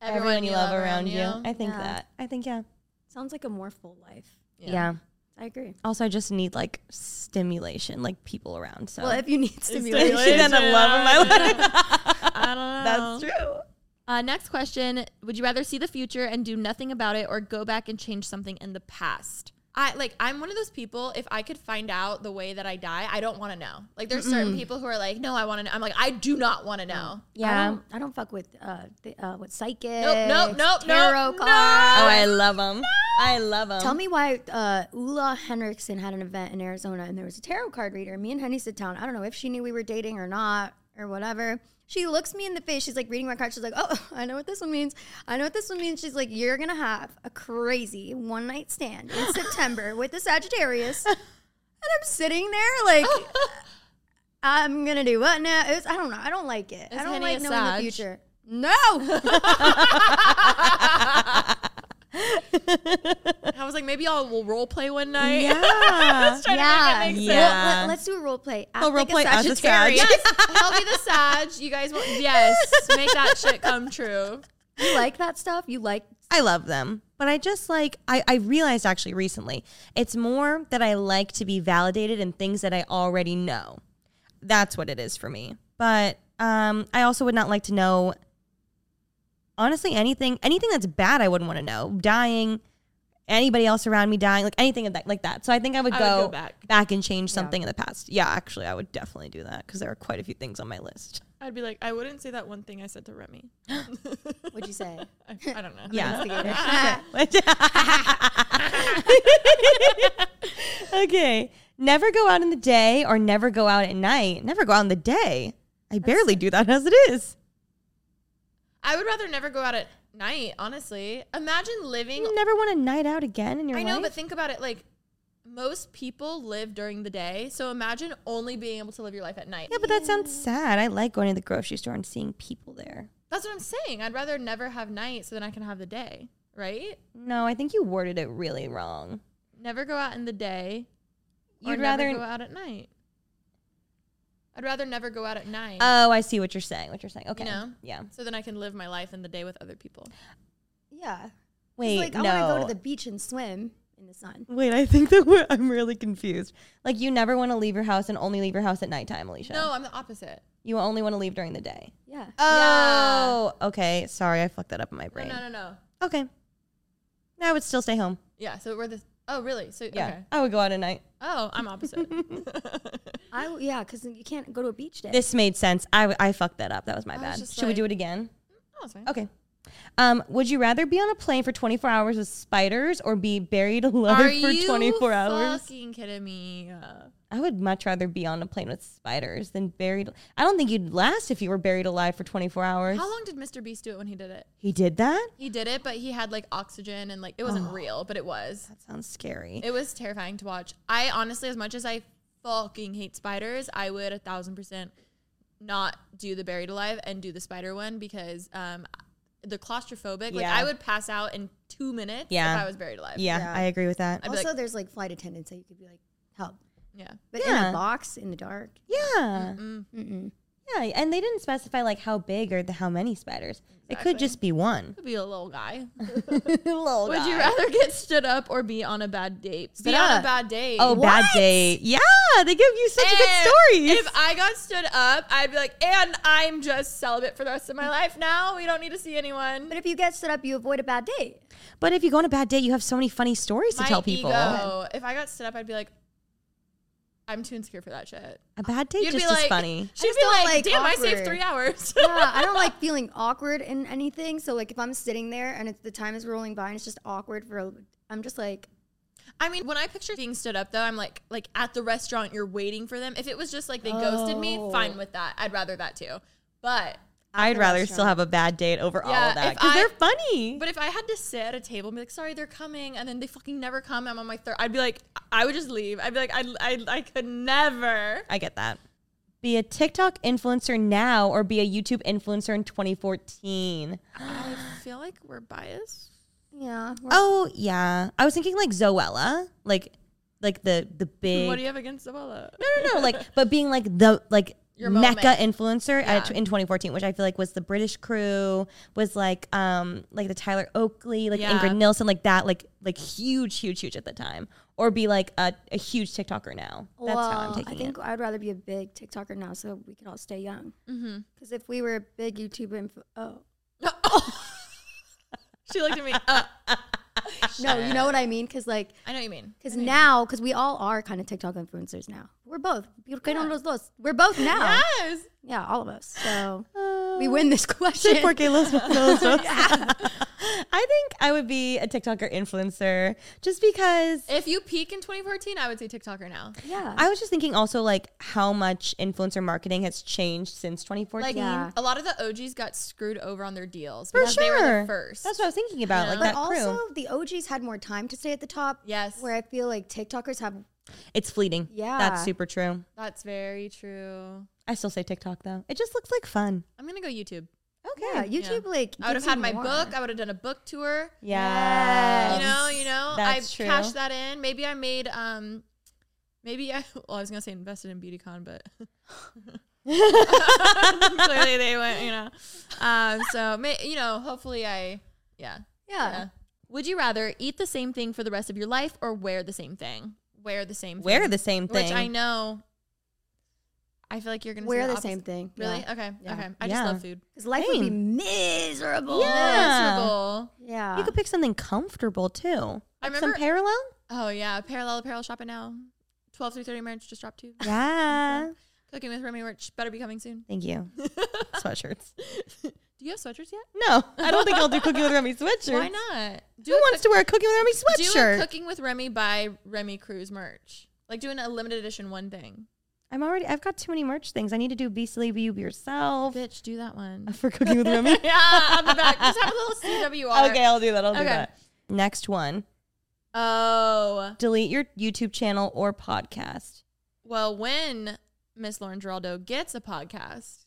[SPEAKER 2] everyone, you love, around you. I think
[SPEAKER 3] Yeah.
[SPEAKER 2] that. I think yeah.
[SPEAKER 3] Sounds like a more full life.
[SPEAKER 2] yeah.
[SPEAKER 3] I agree.
[SPEAKER 2] Also, I just need like stimulation, like people around. So
[SPEAKER 3] Well, if you need
[SPEAKER 2] I
[SPEAKER 3] stimulation,
[SPEAKER 2] should end up loving my life.
[SPEAKER 1] I don't know.
[SPEAKER 2] that's true.
[SPEAKER 1] Uh, next question: Would you rather see the future and do nothing about it, or go back and change something in the past? I like I'm one of those people. If I could find out the way that I die, I don't want to know. Like there's certain people who are like, no, I want to know. I'm like, I do not want to know.
[SPEAKER 3] I
[SPEAKER 2] Yeah.
[SPEAKER 3] don't, I don't fuck with uh, th- uh with psychics.
[SPEAKER 1] Um, nope, nope,
[SPEAKER 3] tarot
[SPEAKER 1] no.
[SPEAKER 2] Oh,
[SPEAKER 3] cards.
[SPEAKER 2] I love them. I love them.
[SPEAKER 3] Tell me why uh, Ula Henriksen had an event in Arizona and there was a tarot card reader. Me and Honey sit down. I don't know if she knew we were dating or not or whatever. She looks me in the face. She's like reading my card. She's like, "Oh, I know what this one means. I know what this one means." She's like, "You're gonna have a crazy one night stand in September with the Sagittarius." And I'm sitting there like, "I'm gonna do what now?" It was, I don't know. I don't like it.
[SPEAKER 1] Is
[SPEAKER 3] I don't
[SPEAKER 1] Henny
[SPEAKER 3] like
[SPEAKER 1] a
[SPEAKER 3] knowing the
[SPEAKER 1] Sag?
[SPEAKER 3] future. No.
[SPEAKER 1] I was like, maybe I'll we'll role play one night.
[SPEAKER 2] Yeah.
[SPEAKER 3] yeah.
[SPEAKER 2] make
[SPEAKER 3] Well,
[SPEAKER 2] sense.
[SPEAKER 3] let, us do a role play. Act
[SPEAKER 2] Oh, role
[SPEAKER 3] like
[SPEAKER 2] play
[SPEAKER 3] a
[SPEAKER 2] as a
[SPEAKER 3] Sagittarius.
[SPEAKER 2] Sag.
[SPEAKER 1] yes, I'll be the Sag. You guys will yes, make that shit come true.
[SPEAKER 3] you like that stuff? You like
[SPEAKER 2] I love them. But I just like, I, I realized actually recently, it's more that I like to be validated in things that I already know. That's what it is for me. But um, I also would not like to know, honestly, anything, anything that's bad, I wouldn't want to know. Dying, anybody else around me dying, like anything of that, like that. So I think I would
[SPEAKER 1] I
[SPEAKER 2] go,
[SPEAKER 1] would go back.
[SPEAKER 2] and change something in the past. Yeah, actually, I would definitely do that because there are quite a few things on my list.
[SPEAKER 1] I'd be like, I wouldn't say that one thing I said to Remy.
[SPEAKER 3] What'd you say?
[SPEAKER 1] I, I don't know.
[SPEAKER 2] Yeah. okay. Never go out in the day or never go out at night. Never go out in the day. I barely do that as it is.
[SPEAKER 1] I would rather never go out at night. Honestly, imagine living
[SPEAKER 2] You never want a night out again in your
[SPEAKER 1] I know,
[SPEAKER 2] life.
[SPEAKER 1] but think about it. Like most people live during the day, so imagine only being able to live your life at night.
[SPEAKER 2] yeah, but that sounds sad. I like going to the grocery store and seeing people there.
[SPEAKER 1] That's what I'm saying. I'd rather never have night, so then I can have the day. Right?
[SPEAKER 2] No, I think you worded it really wrong.
[SPEAKER 1] Never go out in the day. or
[SPEAKER 2] You'd
[SPEAKER 1] never
[SPEAKER 2] rather.
[SPEAKER 1] go out at night. I'd rather never go out at night.
[SPEAKER 2] Oh, I see what you're saying. What you're saying. Okay.
[SPEAKER 1] know?
[SPEAKER 2] Yeah.
[SPEAKER 1] so then I can live my life in the day with other people.
[SPEAKER 3] Yeah. 'Cause,
[SPEAKER 2] Wait,
[SPEAKER 3] like,
[SPEAKER 2] no.
[SPEAKER 3] I want to go to the beach and swim in the sun.
[SPEAKER 2] Wait, I think that we're, I'm really confused. Like, you never want to leave your house and only leave your house at nighttime, Alicia.
[SPEAKER 1] No, I'm the opposite.
[SPEAKER 2] You only want to leave during the day.
[SPEAKER 3] Yeah.
[SPEAKER 2] Oh, okay. Sorry, I fucked that up in my brain.
[SPEAKER 1] No, no, no, no.
[SPEAKER 2] Okay. No, I would still stay home.
[SPEAKER 1] Yeah. So we're the. Oh, really? So
[SPEAKER 2] Yeah.
[SPEAKER 1] okay.
[SPEAKER 2] I would go out at night.
[SPEAKER 1] Oh, I'm opposite. Oh,
[SPEAKER 3] I w- yeah, because you can't go to a beach day.
[SPEAKER 2] This made sense. I, w- I fucked that up. That was my
[SPEAKER 1] was
[SPEAKER 2] bad.
[SPEAKER 1] just
[SPEAKER 2] Should we
[SPEAKER 1] like-
[SPEAKER 2] do it again?
[SPEAKER 1] oh, sorry.
[SPEAKER 2] Okay. Um, would you rather be on a plane for 24 hours with spiders or be buried alive
[SPEAKER 1] Are
[SPEAKER 2] for
[SPEAKER 1] you
[SPEAKER 2] 24 hours?
[SPEAKER 1] fucking kidding me? Uh,
[SPEAKER 2] I would much rather be on a plane with spiders than buried. I don't think you'd last if you were buried alive for 24 hours.
[SPEAKER 1] How long did Mr. Beast do it when he did it?
[SPEAKER 2] He did that?
[SPEAKER 1] He did it, but he had like oxygen and like it
[SPEAKER 2] Oh.
[SPEAKER 1] wasn't real, but it was.
[SPEAKER 2] That sounds scary.
[SPEAKER 1] It was terrifying to watch. I honestly, as much as I fucking hate spiders, I would a thousand percent not do the buried alive and do the spider one because um the claustrophobic, like
[SPEAKER 2] Yeah.
[SPEAKER 1] I would pass out in two minutes
[SPEAKER 2] Yeah.
[SPEAKER 1] if I was buried alive.
[SPEAKER 2] yeah,
[SPEAKER 3] Yeah.
[SPEAKER 2] I agree with that.
[SPEAKER 1] be
[SPEAKER 3] also,
[SPEAKER 1] like-
[SPEAKER 3] there's like flight attendants that you could be like, help.
[SPEAKER 1] Yeah.
[SPEAKER 3] But in
[SPEAKER 2] Yeah.
[SPEAKER 3] a box in the dark.
[SPEAKER 2] Yeah.
[SPEAKER 3] Mm-mm.
[SPEAKER 2] Yeah, and they didn't specify like how big or the, how many spiders. It could just be one.
[SPEAKER 1] Could be a little guy.
[SPEAKER 2] Little
[SPEAKER 1] Would you
[SPEAKER 2] guy.
[SPEAKER 1] rather get stood up or be on a bad date? be
[SPEAKER 3] Stood
[SPEAKER 1] on a
[SPEAKER 3] up.
[SPEAKER 1] bad date.
[SPEAKER 2] Oh, bad date. Yeah, they give you such a good
[SPEAKER 1] And
[SPEAKER 2] stories.
[SPEAKER 1] If I got stood up, I'd be like, and I'm just celibate for the rest of my life now. We don't need to see anyone.
[SPEAKER 3] But if you get stood up, you avoid a bad date.
[SPEAKER 2] but if you go on a bad date, you have so many funny stories to
[SPEAKER 1] my
[SPEAKER 2] tell people.
[SPEAKER 1] ego. If I got stood up, I'd be like, I'm too insecure for that shit.
[SPEAKER 2] A bad date
[SPEAKER 1] You'd
[SPEAKER 2] just
[SPEAKER 1] be
[SPEAKER 2] is
[SPEAKER 1] like,
[SPEAKER 2] funny.
[SPEAKER 1] She'd
[SPEAKER 3] just
[SPEAKER 1] be
[SPEAKER 3] don't
[SPEAKER 1] like,
[SPEAKER 3] like
[SPEAKER 1] damn, I saved
[SPEAKER 3] awkward.
[SPEAKER 1] three hours.
[SPEAKER 3] yeah, I don't like feeling awkward in anything. So like if I'm sitting there and it's, the time is rolling by and it's just awkward for, a, I'm just like,
[SPEAKER 1] I mean, when I picture being stood up though, I'm like like at the restaurant, you're waiting for them. If it was just like they ghosted me, fine with that. I'd rather that too. But
[SPEAKER 2] I'd rather still have a bad date over all
[SPEAKER 1] Yeah,
[SPEAKER 2] of that
[SPEAKER 1] if
[SPEAKER 2] because
[SPEAKER 1] I-
[SPEAKER 2] they're funny.
[SPEAKER 1] but if I had to sit at a table and be like, sorry, they're coming, and then they fucking never come, I'm on my third. I'd be like, I would just leave. I'd be like, I I, I could never.
[SPEAKER 2] I get that. Be a TikTok influencer now or be a YouTube influencer in 2014.
[SPEAKER 1] I feel like we're biased.
[SPEAKER 3] Yeah. we're-
[SPEAKER 2] Oh yeah, I was thinking like Zoella, like like the the big.
[SPEAKER 1] What do you have against Zabala?
[SPEAKER 2] no, no, no, like but being like the like
[SPEAKER 1] Your
[SPEAKER 2] mecca
[SPEAKER 1] moment.
[SPEAKER 2] influencer at, in 2014, which I feel like was the British crew, was like um like the Tyler Oakley, like
[SPEAKER 1] Yeah.
[SPEAKER 2] Ingrid Nilsson, like that, like like huge, huge, huge at the time, or be like a, a huge TikToker now. That's how I'm
[SPEAKER 3] Well,
[SPEAKER 2] taking
[SPEAKER 3] I think
[SPEAKER 2] it.
[SPEAKER 3] I'd rather be a big TikToker now so we can all stay young. Because if we were a big YouTube info, oh.
[SPEAKER 1] she looked at me. Uh,
[SPEAKER 3] No, you know what I mean? Because like,
[SPEAKER 1] I know what you mean.
[SPEAKER 3] because now, because we all are kind of TikTok influencers now. We're both. You're kind of those dos. We're both now.
[SPEAKER 1] Yes.
[SPEAKER 3] Yeah, all of us. So we win this question.
[SPEAKER 2] Porque los- los dos. I think I would be a TikToker influencer just because
[SPEAKER 1] If you peak in 2014, I would say TikToker now.
[SPEAKER 3] Yeah.
[SPEAKER 2] I was just thinking also like how much influencer marketing has changed since 2014.
[SPEAKER 1] Like
[SPEAKER 3] Yeah.
[SPEAKER 1] a lot of the OGs got screwed over on their deals
[SPEAKER 2] For
[SPEAKER 1] because they were
[SPEAKER 2] sure.
[SPEAKER 1] the first.
[SPEAKER 2] That's what I was thinking about. Like
[SPEAKER 1] But
[SPEAKER 2] that
[SPEAKER 3] but also,
[SPEAKER 2] crew.
[SPEAKER 3] the OGs had more time to stay at the top.
[SPEAKER 1] Yes.
[SPEAKER 3] Where I feel like TikTokers have.
[SPEAKER 2] It's fleeting.
[SPEAKER 3] Yeah.
[SPEAKER 2] That's super true.
[SPEAKER 1] That's very true.
[SPEAKER 2] I still say TikTok though. It just looks like fun.
[SPEAKER 1] I'm gonna go YouTube.
[SPEAKER 3] Yeah, YouTube like.
[SPEAKER 1] I would have
[SPEAKER 3] gives
[SPEAKER 1] had
[SPEAKER 3] you
[SPEAKER 1] my
[SPEAKER 3] more.
[SPEAKER 1] book. I would have done a book tour.
[SPEAKER 2] Yeah.
[SPEAKER 1] You know, you know.
[SPEAKER 2] That's
[SPEAKER 1] I
[SPEAKER 2] true.
[SPEAKER 1] cashed that in. Maybe I made um maybe I well, I was gonna say invested in BeautyCon, but clearly they went, you know. Um so may, you know, hopefully I yeah.
[SPEAKER 3] Yeah.
[SPEAKER 1] Yeah. Would you rather eat the same thing for the rest of your life or wear the same thing? Wear the same
[SPEAKER 2] Wear
[SPEAKER 1] thing.
[SPEAKER 2] the same
[SPEAKER 1] Which
[SPEAKER 2] thing.
[SPEAKER 1] I know I feel like you're gonna say
[SPEAKER 3] Wear the
[SPEAKER 1] opposite.
[SPEAKER 3] same thing.
[SPEAKER 1] Really?
[SPEAKER 3] Yeah.
[SPEAKER 1] Okay.
[SPEAKER 3] Yeah.
[SPEAKER 1] Okay. I just
[SPEAKER 2] Yeah.
[SPEAKER 1] love food.
[SPEAKER 3] Because life would be miserable.
[SPEAKER 2] Yeah.
[SPEAKER 1] Miserable.
[SPEAKER 3] Yeah.
[SPEAKER 2] You could pick something comfortable too.
[SPEAKER 1] I
[SPEAKER 2] Like
[SPEAKER 1] remember-
[SPEAKER 2] some parallel.
[SPEAKER 1] Oh yeah, parallel apparel shopping now. Twelve through thirty merch just dropped too.
[SPEAKER 2] Yeah.
[SPEAKER 1] Cooking with Remy merch better be coming soon.
[SPEAKER 2] Thank you. Sweatshirts.
[SPEAKER 1] Do you have sweatshirts yet?
[SPEAKER 2] No, I don't think I'll do cooking with Remy sweatshirts.
[SPEAKER 1] Why not? Do
[SPEAKER 2] Who
[SPEAKER 1] a
[SPEAKER 2] wants to wear a cooking with Remy
[SPEAKER 1] do
[SPEAKER 2] sweatshirt?
[SPEAKER 1] a cooking with Remy by Remy Cruz merch. Like doing a limited edition one thing.
[SPEAKER 2] I'm already. I've got too many merch things. I need to do Be Silly, Be You Be Yourself
[SPEAKER 1] Oh,
[SPEAKER 2] uh,
[SPEAKER 1] Bitch, do that one.
[SPEAKER 2] for cooking with Remy.
[SPEAKER 1] yeah, on the back. Just have a little CWR.
[SPEAKER 2] okay, I'll do that. I'll
[SPEAKER 1] Okay.
[SPEAKER 2] do that. Next one:
[SPEAKER 1] Oh
[SPEAKER 2] delete your YouTube channel or podcast.
[SPEAKER 1] well, when Miss Lauren Geraldo gets a podcast,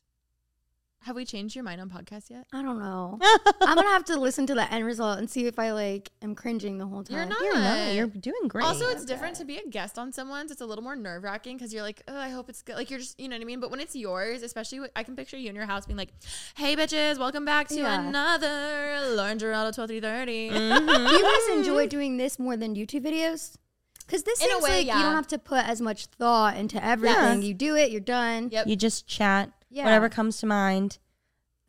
[SPEAKER 1] have we changed your mind on podcasts yet?
[SPEAKER 3] I don't know. I'm gonna have to listen to the end result and see if I like am cringing the whole time.
[SPEAKER 1] You're not.
[SPEAKER 2] You're not. You're doing great.
[SPEAKER 1] Also, it's different to be a guest on someone's. It's a little more nerve wracking because you're like, oh, I hope it's good. Like you're just, you know what I mean. But when it's yours, especially, with- I can picture you in your house being like, "Hey, bitches, welcome back to
[SPEAKER 3] Yeah.
[SPEAKER 1] another Lauren Geraldo twelve three thirty.
[SPEAKER 3] Do you guys enjoy doing this more than YouTube videos? Because this
[SPEAKER 1] In a
[SPEAKER 3] seems
[SPEAKER 1] way,
[SPEAKER 3] like
[SPEAKER 1] yeah.
[SPEAKER 3] you don't have to put as much thought into everything. You do it, you're done.
[SPEAKER 1] Yep.
[SPEAKER 2] you just chat.
[SPEAKER 3] Yeah.
[SPEAKER 2] Whatever comes to mind.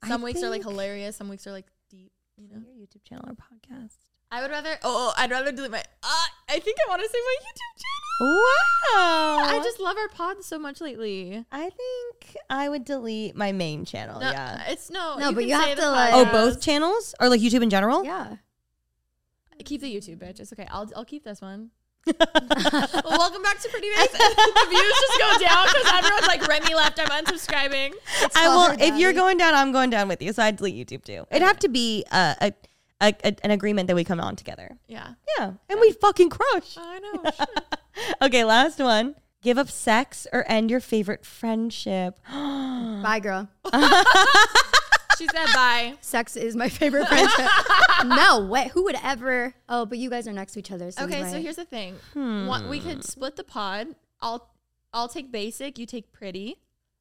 [SPEAKER 2] I
[SPEAKER 1] Some weeks are like
[SPEAKER 2] think-
[SPEAKER 1] hilarious. Some weeks are like deep. You know.
[SPEAKER 2] Your YouTube channel or podcast.
[SPEAKER 1] I would rather. Oh, oh, I'd rather delete my. Uh, I think I want to say my YouTube channel.
[SPEAKER 2] Wow.
[SPEAKER 1] I just love our pod so much lately.
[SPEAKER 2] I think I would delete my main channel.
[SPEAKER 1] No,
[SPEAKER 2] yeah.
[SPEAKER 1] It's no.
[SPEAKER 3] Oh, No, but
[SPEAKER 1] can
[SPEAKER 3] you
[SPEAKER 1] say
[SPEAKER 3] have
[SPEAKER 1] the
[SPEAKER 3] to, like-
[SPEAKER 2] Oh,
[SPEAKER 1] podcast.
[SPEAKER 2] both channels or like YouTube in general?
[SPEAKER 3] Yeah.
[SPEAKER 1] Keep the YouTube, bitch. It's okay. I'll, I'll keep this one. well, welcome back to Pretty Basic. the views just go down because everyone's like, Remy left. I'm unsubscribing.
[SPEAKER 2] I will.
[SPEAKER 3] called her
[SPEAKER 2] If you're
[SPEAKER 3] daddy.
[SPEAKER 2] going down, I'm going down with you. So I'd delete YouTube too. It'd have to be uh, a, a, a an agreement that we come on together.
[SPEAKER 1] Yeah.
[SPEAKER 2] Yeah, and we fucking crush.
[SPEAKER 1] I know. shit.
[SPEAKER 2] Okay, last one. Give up sex or end your favorite friendship.
[SPEAKER 3] Bye, girl.
[SPEAKER 1] she said bye.
[SPEAKER 3] Sex is my favorite friendship. no, what? Who would ever? Oh, but you guys are next to each other. So you
[SPEAKER 1] Okay, so
[SPEAKER 3] might-
[SPEAKER 1] here's the thing. One, we could split the pod. I'll I'll take basic, you take pretty,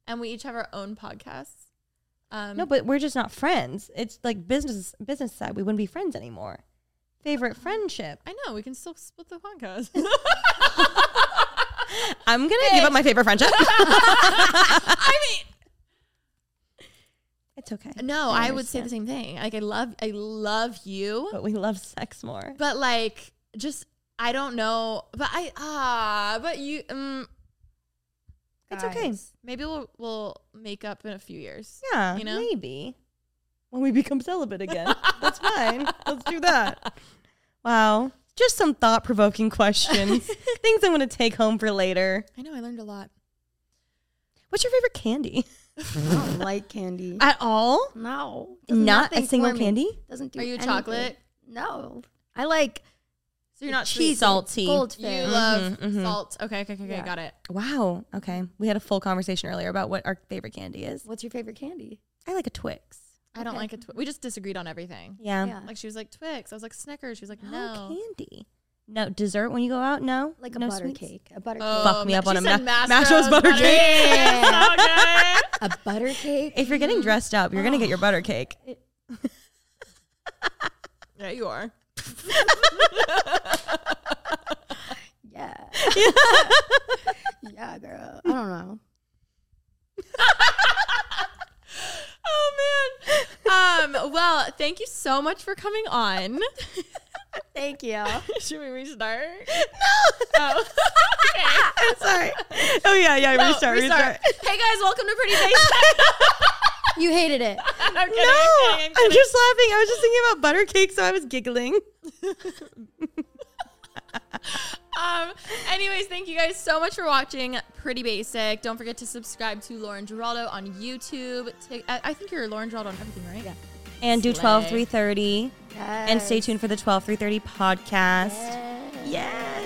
[SPEAKER 1] and we each have our own podcasts. Um,
[SPEAKER 2] No, but we're just not friends. It's like business business side. We wouldn't be friends anymore. Favorite friendship.
[SPEAKER 1] I know we can still split the podcast.
[SPEAKER 2] I'm gonna give up my favorite friendship.
[SPEAKER 1] I
[SPEAKER 2] it's okay.
[SPEAKER 1] mean, no, I would say the same thing. Like I love I love you.
[SPEAKER 2] But we love sex more.
[SPEAKER 1] but like just I don't know. But I ah, but you um
[SPEAKER 2] it's okay.
[SPEAKER 1] maybe we'll we'll make up in a few years.
[SPEAKER 2] Yeah,
[SPEAKER 1] you know?
[SPEAKER 2] maybe when we become celibate again. That's fine. Let's do that. Wow, just some thought provoking questions, things I'm going to take home for later.
[SPEAKER 1] I know I learned a lot.
[SPEAKER 2] What's your favorite candy?
[SPEAKER 3] I don't like candy.
[SPEAKER 2] At all?
[SPEAKER 3] No, does
[SPEAKER 2] Not a
[SPEAKER 3] nothing
[SPEAKER 2] single
[SPEAKER 3] for me.
[SPEAKER 2] candy?
[SPEAKER 3] Doesn't do.
[SPEAKER 1] Are you a
[SPEAKER 3] anything.
[SPEAKER 1] chocolate?
[SPEAKER 3] No, I like
[SPEAKER 1] So you're not
[SPEAKER 2] Cheese Mm-hmm,
[SPEAKER 1] cheese.
[SPEAKER 2] salty.
[SPEAKER 1] You
[SPEAKER 3] goldfish. Mm-hmm.
[SPEAKER 1] love salt. Okay, okay, okay, okay, got it.
[SPEAKER 2] Wow. Okay. We had a full conversation earlier about what our favorite candy is.
[SPEAKER 3] What's your favorite candy?
[SPEAKER 2] I like a Twix.
[SPEAKER 1] I don't like it. Twi- we just disagreed on everything.
[SPEAKER 2] Yeah.
[SPEAKER 3] Yeah.
[SPEAKER 1] Like she was like Twix. I was like Snickers. She was like
[SPEAKER 2] No,
[SPEAKER 1] no.
[SPEAKER 2] candy. No dessert when you go out. No,
[SPEAKER 3] Like a
[SPEAKER 2] no
[SPEAKER 3] butter
[SPEAKER 2] sweets?
[SPEAKER 3] cake. A butter
[SPEAKER 1] Oh,
[SPEAKER 3] cake.
[SPEAKER 2] Fuck me
[SPEAKER 1] ma-
[SPEAKER 2] up on
[SPEAKER 1] she
[SPEAKER 2] a
[SPEAKER 1] said
[SPEAKER 2] ma- Mastro's butter cake.
[SPEAKER 1] It's so good.
[SPEAKER 3] A butter cake. Mm-hmm.
[SPEAKER 2] If you're getting dressed up, you're gonna get
[SPEAKER 3] Oh.
[SPEAKER 2] your butter cake.
[SPEAKER 1] Yeah, you are.
[SPEAKER 3] Yeah. yeah, girl. I don't know.
[SPEAKER 1] Oh man. Um. Well, thank you so much for coming on.
[SPEAKER 3] Thank you.
[SPEAKER 1] Should we restart? No. Oh. okay.
[SPEAKER 2] Sorry. Oh yeah, yeah.
[SPEAKER 1] No,
[SPEAKER 2] restart, restart.
[SPEAKER 1] Hey guys, welcome to Pretty Face.
[SPEAKER 3] You hated it.
[SPEAKER 1] I'm kidding, I'm kidding,
[SPEAKER 2] No,
[SPEAKER 1] I'm
[SPEAKER 2] I'm
[SPEAKER 1] kidding.
[SPEAKER 2] just laughing. I was just thinking about butter cake, so I was giggling.
[SPEAKER 1] Um, anyways, thank you guys so much for watching Pretty Basic. Don't forget to subscribe to Lauren Geraldo on YouTube. Ti- I I think you're Lauren Geraldo on everything, right? Yeah.
[SPEAKER 2] And do
[SPEAKER 1] Slay.
[SPEAKER 2] 12 330 and stay
[SPEAKER 3] Yes.
[SPEAKER 2] tuned for the 12 330 podcast.
[SPEAKER 3] Yes.
[SPEAKER 2] Yes.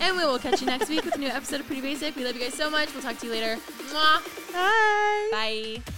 [SPEAKER 1] And we will catch you next week with a new episode of Pretty Basic. We love you guys so much. We'll talk to you later. Mwah.
[SPEAKER 2] Bye.
[SPEAKER 1] Bye.